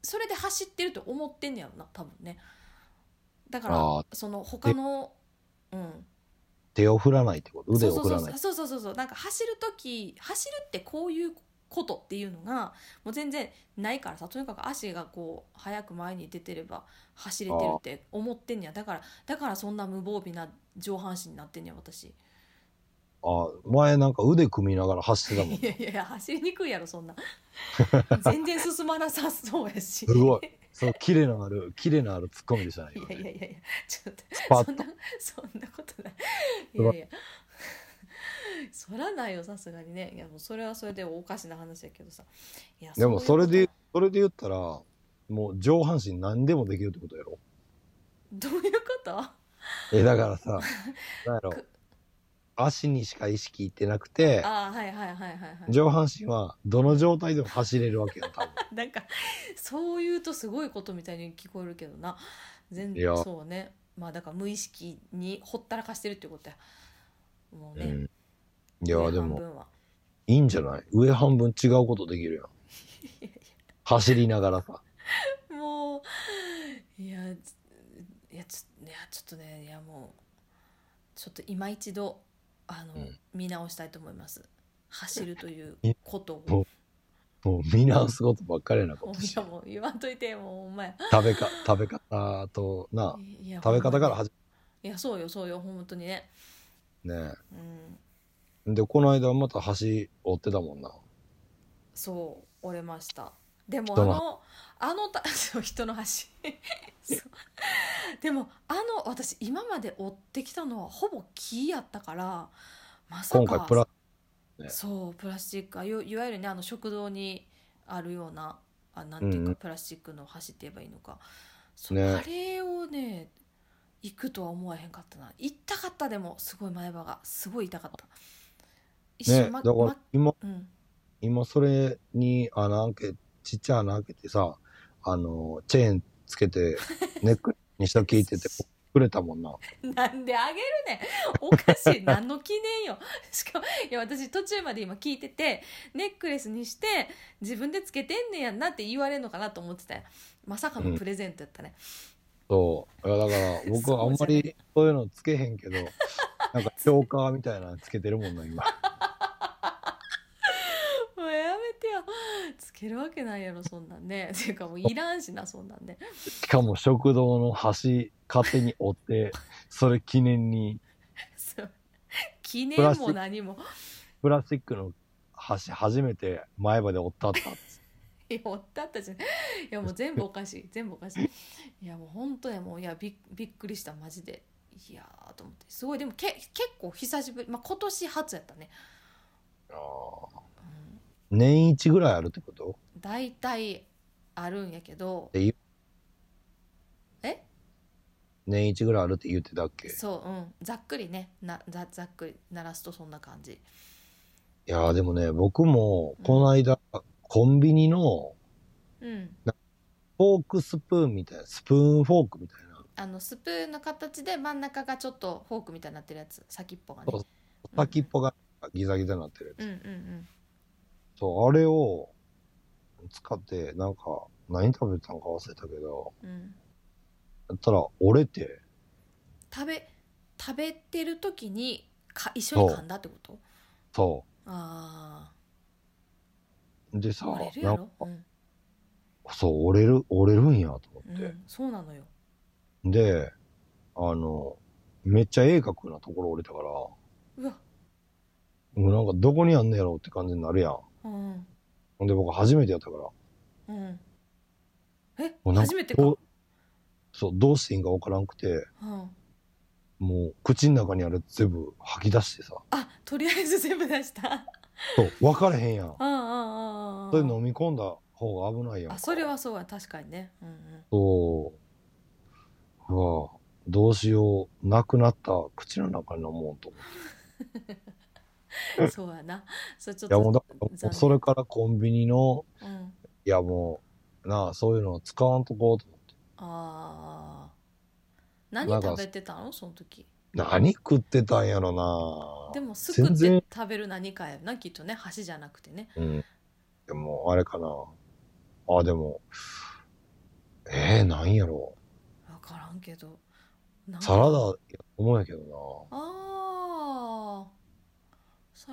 [SPEAKER 2] それで走ってると思ってんねやろな多分ねだか
[SPEAKER 1] あ
[SPEAKER 2] らその他のうん
[SPEAKER 1] 手を振らないってこと、腕を振らない。
[SPEAKER 2] そうそうそうそうそうそうなんか走る時走るってこういうことっていうのがもう全然ないからさとにかく足がこう早く前に出てれば走れてるって思ってんねやだからだからそんな無防備な上半身になってんねや私
[SPEAKER 1] あ前なんか腕組みながら走ってたもん
[SPEAKER 2] い。やいやいや走りにくいやろそん な全然進まなさそうや
[SPEAKER 1] す
[SPEAKER 2] し
[SPEAKER 1] ごいそう、綺麗のある、綺麗のあるツッコミでしたね。
[SPEAKER 2] い
[SPEAKER 1] 今
[SPEAKER 2] やいや
[SPEAKER 1] ね
[SPEAKER 2] いやいやちょっと
[SPEAKER 1] スパッ
[SPEAKER 2] そ
[SPEAKER 1] と
[SPEAKER 2] んなそんなことない
[SPEAKER 1] す
[SPEAKER 2] い
[SPEAKER 1] ご
[SPEAKER 2] や
[SPEAKER 1] い
[SPEAKER 2] いやそらないよさすがにねいやもうそれはそれでおかしな話やけどさいや
[SPEAKER 1] でもそう
[SPEAKER 2] い
[SPEAKER 1] れ
[SPEAKER 2] う
[SPEAKER 1] で、そ
[SPEAKER 2] こと
[SPEAKER 1] れで言ったら、もう上半身何でもできるってことやろ。
[SPEAKER 2] どういうこと
[SPEAKER 1] え、だから さ、なんやろ
[SPEAKER 2] く。
[SPEAKER 1] 足にしか意識いってなくて、
[SPEAKER 2] ああはいはいはいはいはい
[SPEAKER 1] 上半身はどの状態でも走れるわけよ、多分。
[SPEAKER 2] なんかそう言うとすごいことみたいに聞こえるけどな全
[SPEAKER 1] いや
[SPEAKER 2] 然そうねまあだから無意識にほったらかしてるってことやも うね、
[SPEAKER 1] うんい
[SPEAKER 2] い
[SPEAKER 1] や、でも、
[SPEAKER 2] はい
[SPEAKER 1] いんじゃない上半分違うことできるやん。
[SPEAKER 2] やい
[SPEAKER 1] 走りながら さ。
[SPEAKER 2] やもういやついやちょいやちょっとねいやもうちょっと今一度あの、
[SPEAKER 1] うん
[SPEAKER 2] 見直したいと思います走るという
[SPEAKER 1] え
[SPEAKER 2] こと
[SPEAKER 1] も
[SPEAKER 2] を
[SPEAKER 1] うもう見直すことばっかりやなこ
[SPEAKER 2] も
[SPEAKER 1] と
[SPEAKER 2] うい
[SPEAKER 1] し
[SPEAKER 2] やもう言わんといてもうお前
[SPEAKER 1] 食べか、食べ方と、な、
[SPEAKER 2] いや
[SPEAKER 1] 食べ方から
[SPEAKER 2] ほんまに
[SPEAKER 1] 始
[SPEAKER 2] いやそうよそうよ本当にね
[SPEAKER 1] めね
[SPEAKER 2] うん
[SPEAKER 1] で、この間また橋追ってたもんな。
[SPEAKER 2] そう折れましたでもあ
[SPEAKER 1] 人の
[SPEAKER 2] のあのた そう人の橋そうでもあの私今まで追ってきたのはほぼ木やったからまさか
[SPEAKER 1] 今回プラ、ね
[SPEAKER 2] そうプラスチックあいわいわゆるねあの食堂にあるようなあなんてい
[SPEAKER 1] う
[SPEAKER 2] う
[SPEAKER 1] ん
[SPEAKER 2] か、
[SPEAKER 1] うん
[SPEAKER 2] プラスチックの橋って言えばいいのかそう、
[SPEAKER 1] ね
[SPEAKER 2] あれをね行くとは思わへんかったな行ったかったでもすごい前歯がすごい痛かった一
[SPEAKER 1] ね、だ
[SPEAKER 2] 瞬、ま
[SPEAKER 1] から
[SPEAKER 2] ま
[SPEAKER 1] 今、
[SPEAKER 2] うん
[SPEAKER 1] 今それに穴開け、ちっちゃい穴開けてさ、あの、チェーンつけ て、ネックにしときってて、くれたもんな。
[SPEAKER 2] なんであげるねんおかし い何の記念よしかもいや私途中まで今聞いててネックレスにして自分でつけてんねやんなって言われるのかなと思ってたよまさかのプレゼントやったね、
[SPEAKER 1] そう。いや、だから、僕はあんま
[SPEAKER 2] そうじゃな
[SPEAKER 1] りそういうのつけへんけど、なんか、チョーカーみたいなのつけてるもんな、今。
[SPEAKER 2] もうやめてよつけるわけないやろそんなんね っていうかもういらんしなそんなんね
[SPEAKER 1] しかも、食堂の端、勝手に折って、それ記念に、
[SPEAKER 2] そう記念も何も。
[SPEAKER 1] プラスチックの橋初めて前歯で折ったったっつって
[SPEAKER 2] いや、おったったじゃん。いや、もう全部おかしい。全部おかしい。いや、もう本当や、もう、いや、びっびっくりした、マジで。いやーと思って。すごい、でもけ結構久しぶり。まあ、今年初やったね。うん
[SPEAKER 1] 年一ぐらいあるってこと
[SPEAKER 2] 大体あるんやけど
[SPEAKER 1] えい
[SPEAKER 2] え
[SPEAKER 1] 年一ぐらいあるって言ってたっけい
[SPEAKER 2] そううんざっくりねなざざっくり鳴らすとそんな感じ
[SPEAKER 1] やーでもね僕もこの間、コンビニの
[SPEAKER 2] うん
[SPEAKER 1] フォークスプーンみたいなスプーンフォークみたいな
[SPEAKER 2] あのスプーンの形で真ん中がちょっとフォークみたいになってるやつ先っぽがね
[SPEAKER 1] そう先っぽがギザギザになってるやつ、
[SPEAKER 2] うんうんうん
[SPEAKER 1] そうあれを使ってなんか何食べてたのか忘れたけど
[SPEAKER 2] うん
[SPEAKER 1] やったら折れて
[SPEAKER 2] 食べ食べてる時にか一緒に噛んだってこと
[SPEAKER 1] そ
[SPEAKER 2] あ
[SPEAKER 1] うで
[SPEAKER 2] あ
[SPEAKER 1] さ
[SPEAKER 2] 割れるや
[SPEAKER 1] なんか
[SPEAKER 2] ろうん、
[SPEAKER 1] そう折れる折れるんやと思
[SPEAKER 2] う
[SPEAKER 1] って、
[SPEAKER 2] ん、そうなのよ
[SPEAKER 1] であのめっちゃ鋭角なところ折れたからも
[SPEAKER 2] うわ
[SPEAKER 1] うなんかどこにあんねやろって感じになるやん
[SPEAKER 2] うん
[SPEAKER 1] ほんで僕初めてやったから
[SPEAKER 2] うんえ
[SPEAKER 1] うなんか
[SPEAKER 2] 初めてか
[SPEAKER 1] こそうどうしていいんかわからんくて
[SPEAKER 2] うん
[SPEAKER 1] もう口の中にあれ全部吐き出してさ
[SPEAKER 2] あとりあえず全部出した。
[SPEAKER 1] そう分かれへんやん
[SPEAKER 2] うんうんうんうん。
[SPEAKER 1] それ飲み込んだ方が危ないやん
[SPEAKER 2] あそれはそうや確かにね。うんうん。
[SPEAKER 1] そううわどうしようなくなった口の中に飲もうと思って
[SPEAKER 2] そうやな。それちょっ
[SPEAKER 1] いやもうだ
[SPEAKER 2] と
[SPEAKER 1] か。
[SPEAKER 2] 残
[SPEAKER 1] ら
[SPEAKER 2] 念
[SPEAKER 1] それからコンビニの
[SPEAKER 2] うん。
[SPEAKER 1] いやもうなあそういうの使わんとこうと思って
[SPEAKER 2] ああ。何
[SPEAKER 1] なんか
[SPEAKER 2] 食べてたのその時。
[SPEAKER 1] 何食ってたんやろな
[SPEAKER 2] でもすく
[SPEAKER 1] 全
[SPEAKER 2] っ
[SPEAKER 1] 然
[SPEAKER 2] て食べる何かやなきっとね箸じゃなくてね。
[SPEAKER 1] うん。でも、あれかな。あ、でも、えー、なんやろ。
[SPEAKER 2] わからんけど。なんか
[SPEAKER 1] サラダやと思うんやけど
[SPEAKER 2] ああ。サ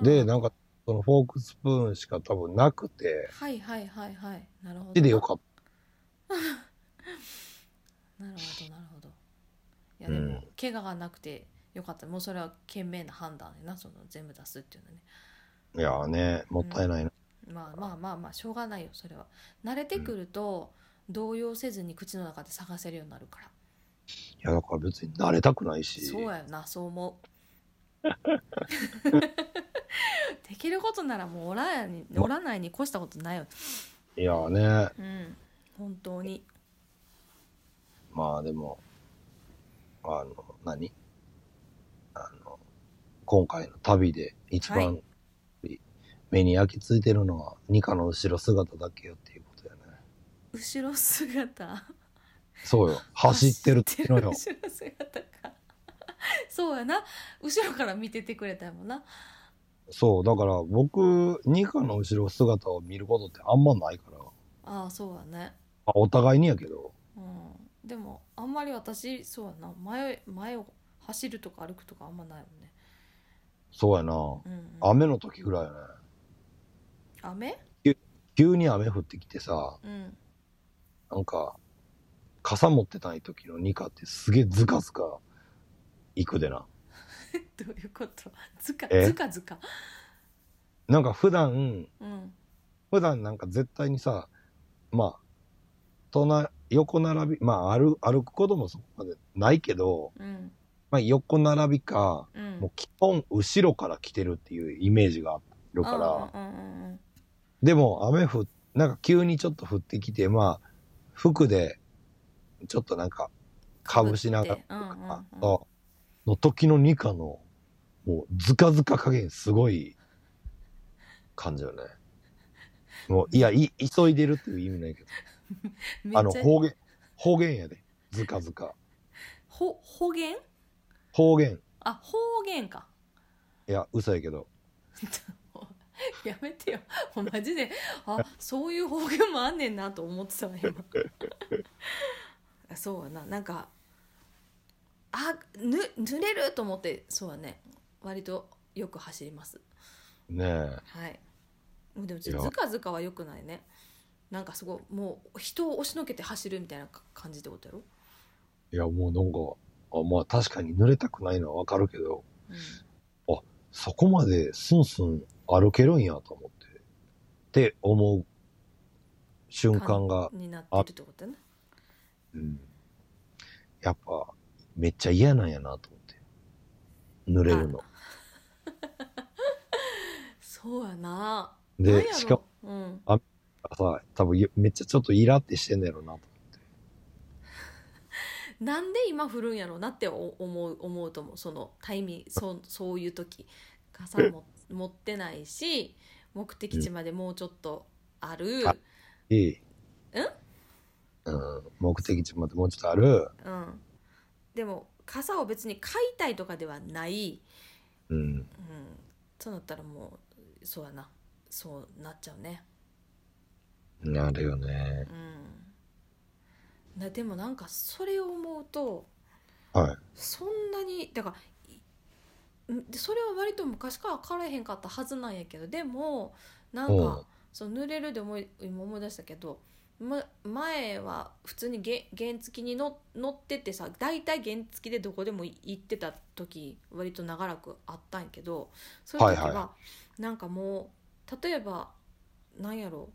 [SPEAKER 1] な。
[SPEAKER 2] ラダ
[SPEAKER 1] で、なんか、そのフォークスプーンしか多分なくて、
[SPEAKER 2] はいはいはいはい。なるほど。
[SPEAKER 1] 手でよかっ
[SPEAKER 2] なるほどなるほどいやでも、
[SPEAKER 1] うん
[SPEAKER 2] 怪我がなくてよかったもうそれは賢明な判断やなその全部出すっていうのはね
[SPEAKER 1] た。いやーね、もったいないな。
[SPEAKER 2] まあまあまあまあしょうがないよそれは慣れてくると、動揺せずに口の中で探せるようになるから
[SPEAKER 1] いや、だから別に慣れたくないし。
[SPEAKER 2] そうやよなそう思うできることならもうおらやにおらないに越したことないよ
[SPEAKER 1] いやーね、
[SPEAKER 2] うん本当に
[SPEAKER 1] まあでも、あの、何あの、今回の旅で一番、目に焼き付いてるのは、ニカの後ろ姿だけよっていうことやね。
[SPEAKER 2] 後ろ姿
[SPEAKER 1] そうよ。走ってるってのよ。
[SPEAKER 2] 走ってる後ろ姿かそうやな後ろから見ててくれたもんな
[SPEAKER 1] そう、だから僕、ニカの後ろ姿を見ることってあんまないから、
[SPEAKER 2] ああそうやね
[SPEAKER 1] あお互いにやけど、
[SPEAKER 2] うんでもあんまり私そうやな前前を走るとか歩くとかあんまないもんね、
[SPEAKER 1] そうやな。
[SPEAKER 2] うんうん、
[SPEAKER 1] 雨の時ぐらいやね。
[SPEAKER 2] 雨
[SPEAKER 1] 急に雨降ってきてさ、
[SPEAKER 2] うん
[SPEAKER 1] なんか、傘持ってない時のニカってすげえズカズカ行くでな。
[SPEAKER 2] どういうことずか
[SPEAKER 1] え
[SPEAKER 2] ずかずか
[SPEAKER 1] なんか普段、
[SPEAKER 2] うん
[SPEAKER 1] 普段なんか絶対にさ、まあ、隣、横並び、まあ歩歩くこともそこまでないけど、
[SPEAKER 2] うん
[SPEAKER 1] まあ横並びか、
[SPEAKER 2] う
[SPEAKER 1] もうん基本後ろから来てるっていうイメージがあるから、
[SPEAKER 2] うんうんうんうん
[SPEAKER 1] でも雨降っなんか急にちょっと降ってきてまあ服でちょっとなんかかぶしなが
[SPEAKER 2] うんうんうん
[SPEAKER 1] ら、そうの時のニカのもうズカズカ加減すごい感じよねもういやい急いでるっていう意味ないけど
[SPEAKER 2] め
[SPEAKER 1] あ
[SPEAKER 2] っ
[SPEAKER 1] の
[SPEAKER 2] ちゃ
[SPEAKER 1] 方言方言やでズカズカ
[SPEAKER 2] ほ方言
[SPEAKER 1] 方言
[SPEAKER 2] あ方言か
[SPEAKER 1] いや嘘やけど
[SPEAKER 2] やめてよもうマジであそういう方言もあんねんなと思ってたわ 今そうやななんかあぬ濡れると思ってそうやね割とよく走ります
[SPEAKER 1] ねえ
[SPEAKER 2] はいもうでも
[SPEAKER 1] い
[SPEAKER 2] ず
[SPEAKER 1] や
[SPEAKER 2] かずかはよくないねなんかすごいもう人を押しのけて走るみたいな感じってことやろ、
[SPEAKER 1] いやもうなんかあまあ確かに濡れたくないのはわかるけど
[SPEAKER 2] うん
[SPEAKER 1] あそこまでスンスン歩けるんやと思って、って思う瞬間が、
[SPEAKER 2] になってるってことね。
[SPEAKER 1] うん、やっぱめっちゃ嫌なんやなと思って。濡れるの。
[SPEAKER 2] そうやな。なんや
[SPEAKER 1] で、
[SPEAKER 2] ろ
[SPEAKER 1] しかも
[SPEAKER 2] うん。
[SPEAKER 1] さ、多分めっちゃちょっとイラってしてんねやろなと思って。
[SPEAKER 2] なんで今振るんやろうなってお思う思うと思うそのタイミングそうそういう時傘 も持ってないし目的地までもうちょっとある、
[SPEAKER 1] あええ。うん、目的地までもうちょっとある。
[SPEAKER 2] うん、でも傘を別に買いたいとかではない、
[SPEAKER 1] うん。
[SPEAKER 2] うん、そうなったらもうそうやなそうなっちゃうね
[SPEAKER 1] なるよね。
[SPEAKER 2] うんなでもなんかそれを思うと
[SPEAKER 1] はい。
[SPEAKER 2] そんなにだからいんそれは割と昔から変わらへんかったはずなんやけどでもなん
[SPEAKER 1] う
[SPEAKER 2] か
[SPEAKER 1] ん
[SPEAKER 2] その濡れるで思い今思い出したけど、ま、前は普通にげ原付にの乗ってってさ大体原付でどこでも行ってた時割と長らくあったんやけどそういう時は、
[SPEAKER 1] はいは
[SPEAKER 2] なんかもう例えばなんやろう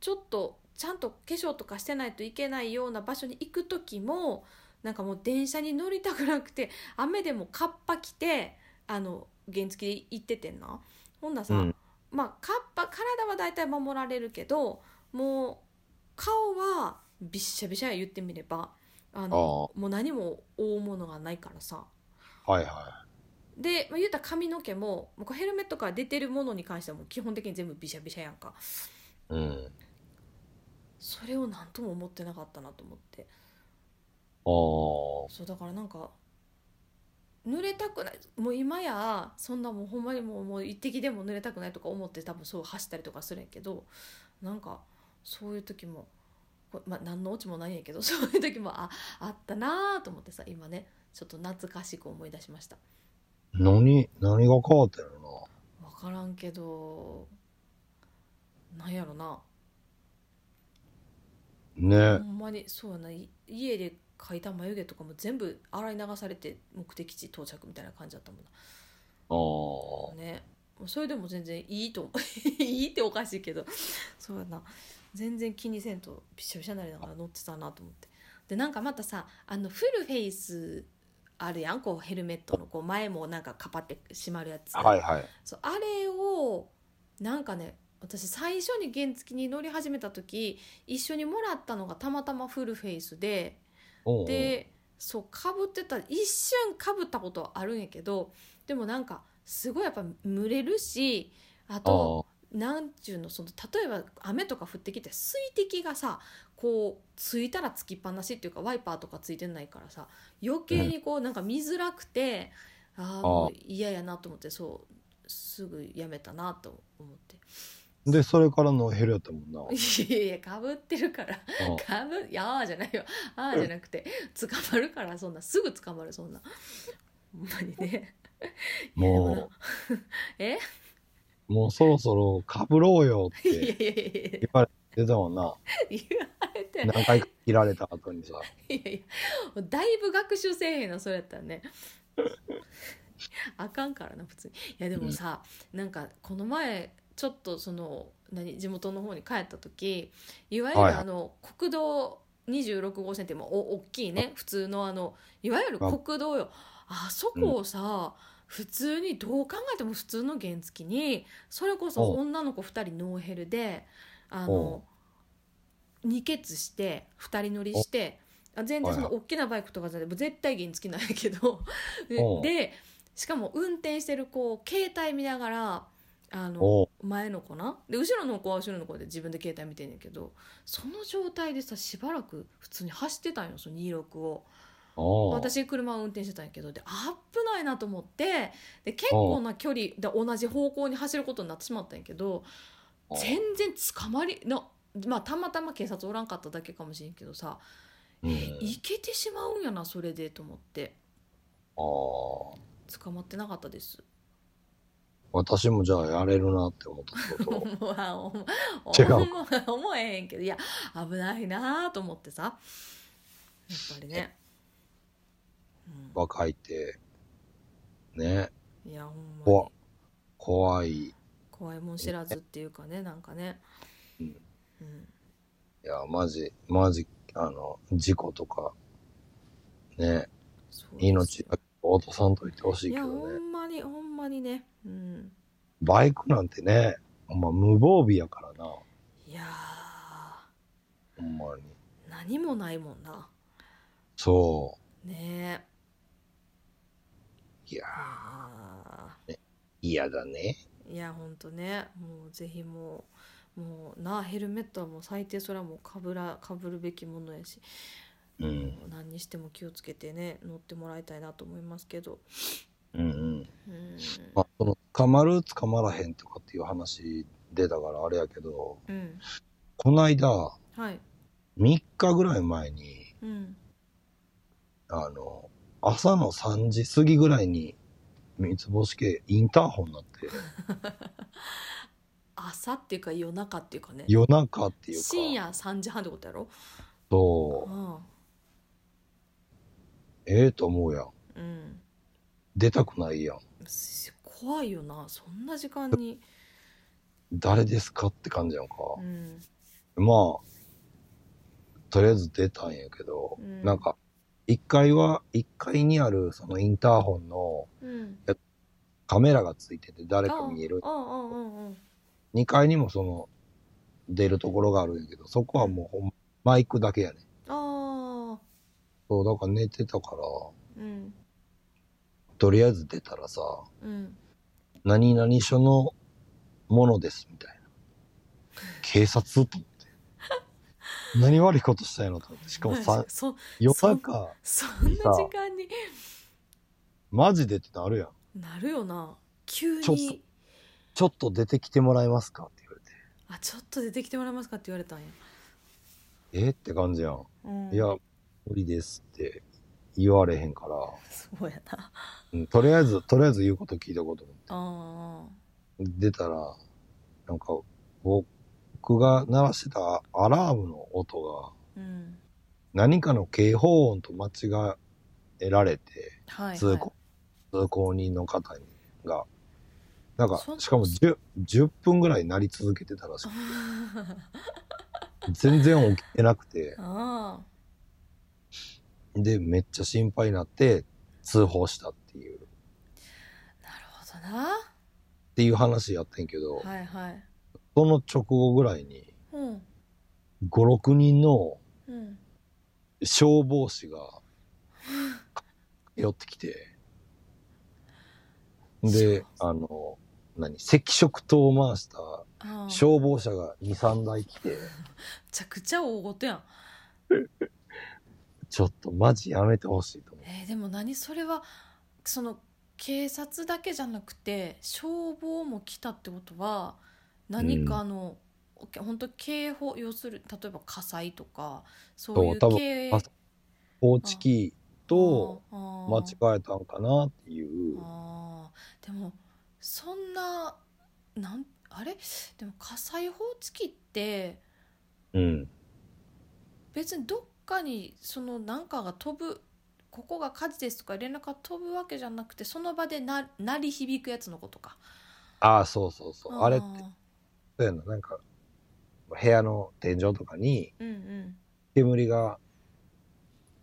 [SPEAKER 2] ちょっとちゃんと化粧とかしてないといけないような場所に行く時もなんかもう電車に乗りたくなくて雨でもカッパ着てあの原付で行っててんなほんならさ、
[SPEAKER 1] うん
[SPEAKER 2] まあカッパ体は大体守られるけどもう顔はびっしゃびしゃや言ってみればあのもう何も大物がないからさ
[SPEAKER 1] はいは
[SPEAKER 2] で、まあ、言うたら髪の毛ももうこうヘルメットから出てるものに関してはもう基本的に全部びしゃびしゃやんか
[SPEAKER 1] い。うん。
[SPEAKER 2] それを何とも思ってなかったなと思って
[SPEAKER 1] ああ。
[SPEAKER 2] そうだからなんか濡れたくないもう今やそんなもうほんまにもうもう一滴でも濡れたくないとか思って多分そう走ったりとかするんやけどなんかそういう時もこれ、まあ、何のオチもないんやけどそういう時もああったなーと思ってさ今ねちょっと懐かしく思い出しました
[SPEAKER 1] 何、何が変わってるの
[SPEAKER 2] 分からんけどなんやろな
[SPEAKER 1] なね。
[SPEAKER 2] ほんまにそうやない家で描いた眉毛とかも全部洗い流されて目的地到着みたいな感じだったもんな
[SPEAKER 1] ああ。
[SPEAKER 2] ねそれでも全然いいと思う いいっておかしいけどそうやな全然気にせんとびっしゃびしゃになりながら乗ってたなと思ってでなんかまたさあのフルフェイスあるやんこうヘルメットのこう前もなんかかぱって閉まるやつ、
[SPEAKER 1] はいはい。
[SPEAKER 2] そうあれをなんかね私最初に原付に乗り始めた時一緒にもらったのがたまたまフルフェイスで
[SPEAKER 1] うんうん、
[SPEAKER 2] でそうかぶってた一瞬かぶったことはあるんやけどでもなんかすごいやっぱ蒸れるしあ
[SPEAKER 1] あ
[SPEAKER 2] と
[SPEAKER 1] ー
[SPEAKER 2] なんちゅうのその例えば雨とか降ってきて水滴がさこうついたらつきっぱなしっていうかワイパーとかついてないからさ余計にこうなんか見づらくて、ああもう嫌やなと思ってそうすぐやめたなと思って
[SPEAKER 1] で、それからのヘルやったもんな。
[SPEAKER 2] いやいやかぶってるから
[SPEAKER 1] あ
[SPEAKER 2] かぶいやあーじゃないよああじゃなくて捕まるからそんなすぐ捕まるそんなほんまにねいやで
[SPEAKER 1] も
[SPEAKER 2] もなえ
[SPEAKER 1] う、もうそろそろかぶろうよっ
[SPEAKER 2] いやいや
[SPEAKER 1] て
[SPEAKER 2] いやいや
[SPEAKER 1] 言われてたもんな。
[SPEAKER 2] 言われて
[SPEAKER 1] 何回か切られた後 にさ。
[SPEAKER 2] いやいやもうだいぶ学習せえへんなそれやったらねあかんからな普通にいやでもさ、なんかこの前ちょっとその何地元の方に帰った時いわゆる
[SPEAKER 1] はい
[SPEAKER 2] あの、国道26号線ってもうお大きいね普通のあのいわゆる国道よあそこをさ、普通にどう考えても普通の原付にそれこそ
[SPEAKER 1] お
[SPEAKER 2] 女の子2人ノーヘルであの
[SPEAKER 1] お
[SPEAKER 2] 二ケツして2人乗りしてあ全然そ
[SPEAKER 1] はい
[SPEAKER 2] の大きなバイクとかじゃなくて絶対原付きなんや けどで
[SPEAKER 1] おう
[SPEAKER 2] でしかも運転してる子携帯見ながらあの
[SPEAKER 1] おう
[SPEAKER 2] 前の子なで後ろの子は後ろの子で自分で携帯見てんねんけどその状態でさしばらく普通に走ってたんよその26を
[SPEAKER 1] おう
[SPEAKER 2] 私車を運転してたんやけどで危ないなと思ってで結構な距離で同じ方向に走ることになってしまったんやけど
[SPEAKER 1] おう
[SPEAKER 2] 全然捕まりのまあたまたま警察おらんかっただけかもしれんけど
[SPEAKER 1] う
[SPEAKER 2] さ、
[SPEAKER 1] ん
[SPEAKER 2] いけてしまうんやなそれでと思って
[SPEAKER 1] ああ。
[SPEAKER 2] 捕まってなかったです
[SPEAKER 1] 私もじゃあやれるなって思ったってこと。
[SPEAKER 2] 思わん思わん
[SPEAKER 1] 違う
[SPEAKER 2] 思わん思えへんけどいや危ないなと思ってさやっぱりね、うん
[SPEAKER 1] 若いって、ね、
[SPEAKER 2] いやほんま
[SPEAKER 1] 怖
[SPEAKER 2] に
[SPEAKER 1] 怖い。い
[SPEAKER 2] 怖いもん知らずっていうかねなんかね
[SPEAKER 1] うん
[SPEAKER 2] うん
[SPEAKER 1] や、マジ、マジ、あの、事故とか、ね、
[SPEAKER 2] そうですよ
[SPEAKER 1] 命だけ落とさんといてほしい
[SPEAKER 2] い
[SPEAKER 1] け
[SPEAKER 2] や
[SPEAKER 1] ど
[SPEAKER 2] ほ
[SPEAKER 1] ね。
[SPEAKER 2] んまにほんまにねうん
[SPEAKER 1] バイクなんてね、ほんま無防備やからな、
[SPEAKER 2] いや
[SPEAKER 1] ほんまに。
[SPEAKER 2] ー何もないもんな
[SPEAKER 1] そ
[SPEAKER 2] ね
[SPEAKER 1] う。いや
[SPEAKER 2] えい
[SPEAKER 1] ー、
[SPEAKER 2] や
[SPEAKER 1] 嫌だね。
[SPEAKER 2] ーいやほんとねもうぜひもうもうなヘルメットはもう最低それはもうかぶらかぶるべきものやし
[SPEAKER 1] うん、
[SPEAKER 2] 何にしても気をつけてね乗ってもらいたいなと思いますけど
[SPEAKER 1] うん、うん。
[SPEAKER 2] うん
[SPEAKER 1] まあ、その、捕まる、捕まらへんとかっていう話出たからあれやけど、
[SPEAKER 2] うん
[SPEAKER 1] こないだ、
[SPEAKER 2] はい
[SPEAKER 1] 3日ぐらい前に、
[SPEAKER 2] うん
[SPEAKER 1] あの、朝の3時過ぎぐらいに、三つ星系インターホンになって、
[SPEAKER 2] 朝っていうか夜中っていうかね
[SPEAKER 1] 夜中っていうか、
[SPEAKER 2] 深夜3時半ってことやろ
[SPEAKER 1] そうう、
[SPEAKER 2] ん
[SPEAKER 1] ええと思うやん。
[SPEAKER 2] うん
[SPEAKER 1] 出たくないやん。
[SPEAKER 2] す怖いよなそんな時間に、
[SPEAKER 1] 誰ですかって感じやんか。
[SPEAKER 2] うん、
[SPEAKER 1] まあ、とりあえず出たんやけど、
[SPEAKER 2] うん
[SPEAKER 1] なんか、1階は、1階にあるそのインターホンの
[SPEAKER 2] うん、
[SPEAKER 1] カメラがついてて誰か
[SPEAKER 2] あ
[SPEAKER 1] 見える。
[SPEAKER 2] うんうんうんうん
[SPEAKER 1] 2階にもその、出るところがあるんやけど、そこはもうほんまマイクだけやね。
[SPEAKER 2] ああ
[SPEAKER 1] そう、だから寝てたから、
[SPEAKER 2] うん
[SPEAKER 1] とりあえず出たらさ、
[SPEAKER 2] うん
[SPEAKER 1] 何々署のものです、みたいな。警察 と思って。何悪いことしたんやろと思って。しかもさ
[SPEAKER 2] そ
[SPEAKER 1] 夜中、
[SPEAKER 2] そんな時間に
[SPEAKER 1] マジでってなるやん。
[SPEAKER 2] なるよな急
[SPEAKER 1] ちょっと
[SPEAKER 2] に
[SPEAKER 1] ちょっと出てきてもらえますかって言わ
[SPEAKER 2] あちょっと出てきてもらえますかって言われたんや、
[SPEAKER 1] れて。えって感じやん。
[SPEAKER 2] うん、
[SPEAKER 1] いや、無理ですって言われへんから、
[SPEAKER 2] そうやな
[SPEAKER 1] うん、とりあえず、とりあえず言うこと聞いとこうと思って。
[SPEAKER 2] あ
[SPEAKER 1] 出たら、なんか、僕が鳴らしてたアラームの音が、
[SPEAKER 2] ーうん
[SPEAKER 1] 何かの警報音と間違えられて、
[SPEAKER 2] はい、は
[SPEAKER 1] 通
[SPEAKER 2] い、
[SPEAKER 1] 行、通行人の方にが、なんか
[SPEAKER 2] そ、
[SPEAKER 1] しかも 10, 10分ぐらい鳴り続けてたらしくて、全然起きてなくて、
[SPEAKER 2] ああ
[SPEAKER 1] で、めっちゃ心配になって、通報したっていう、っ
[SPEAKER 2] なるほどな
[SPEAKER 1] ていう話やってんけど、
[SPEAKER 2] はいはい
[SPEAKER 1] その直後ぐらいに、
[SPEAKER 2] うん
[SPEAKER 1] 5、6人の
[SPEAKER 2] うん
[SPEAKER 1] 消防士が、寄ってきて、で、あの、何、赤色灯を回した
[SPEAKER 2] ああめ
[SPEAKER 1] 消防車が2、3台来て、
[SPEAKER 2] ちゃくちゃ大ごとやん
[SPEAKER 1] ちょっとマジやめてほしいと思う。
[SPEAKER 2] えーでも何それはその警察だけじゃなくて消防も来たってことは何かあの、本当警報要する例えば火災とかそういう
[SPEAKER 1] そう多分
[SPEAKER 2] 系
[SPEAKER 1] あ放置機と
[SPEAKER 2] あー
[SPEAKER 1] 間違えたんかなっていう。
[SPEAKER 2] あーでもそんななんあれでも火災報知器って
[SPEAKER 1] うん。
[SPEAKER 2] 別にどっかにその何かが飛ぶここが火事ですとか連絡が飛ぶわけじゃなくてその場でな鳴り響くやつのことか。
[SPEAKER 1] ああ、そうそうそう。あれって、
[SPEAKER 2] ー
[SPEAKER 1] そうやな、なんか、部屋の天井とかに
[SPEAKER 2] うんうん
[SPEAKER 1] 煙が、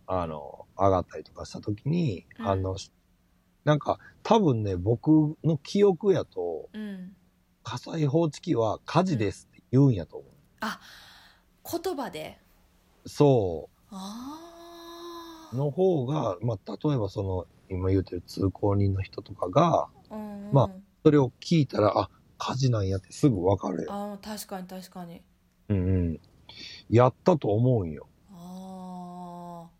[SPEAKER 1] あの、上がったりとかした時に
[SPEAKER 2] うん
[SPEAKER 1] 反応し、なんか、多分ね、僕の記憶やと、
[SPEAKER 2] うん
[SPEAKER 1] 火災報知機は火事ですって言うんやと思う。
[SPEAKER 2] 言葉で
[SPEAKER 1] そう。
[SPEAKER 2] ああ
[SPEAKER 1] の方が、まあ、例えばその、今言うてる通行人の人とかが、
[SPEAKER 2] うんうん、
[SPEAKER 1] まそれを聞いたら、あ、火事なんやってすぐわかるよ。
[SPEAKER 2] あー確かに確かに
[SPEAKER 1] うんうん。やったと思うんよ。
[SPEAKER 2] ああ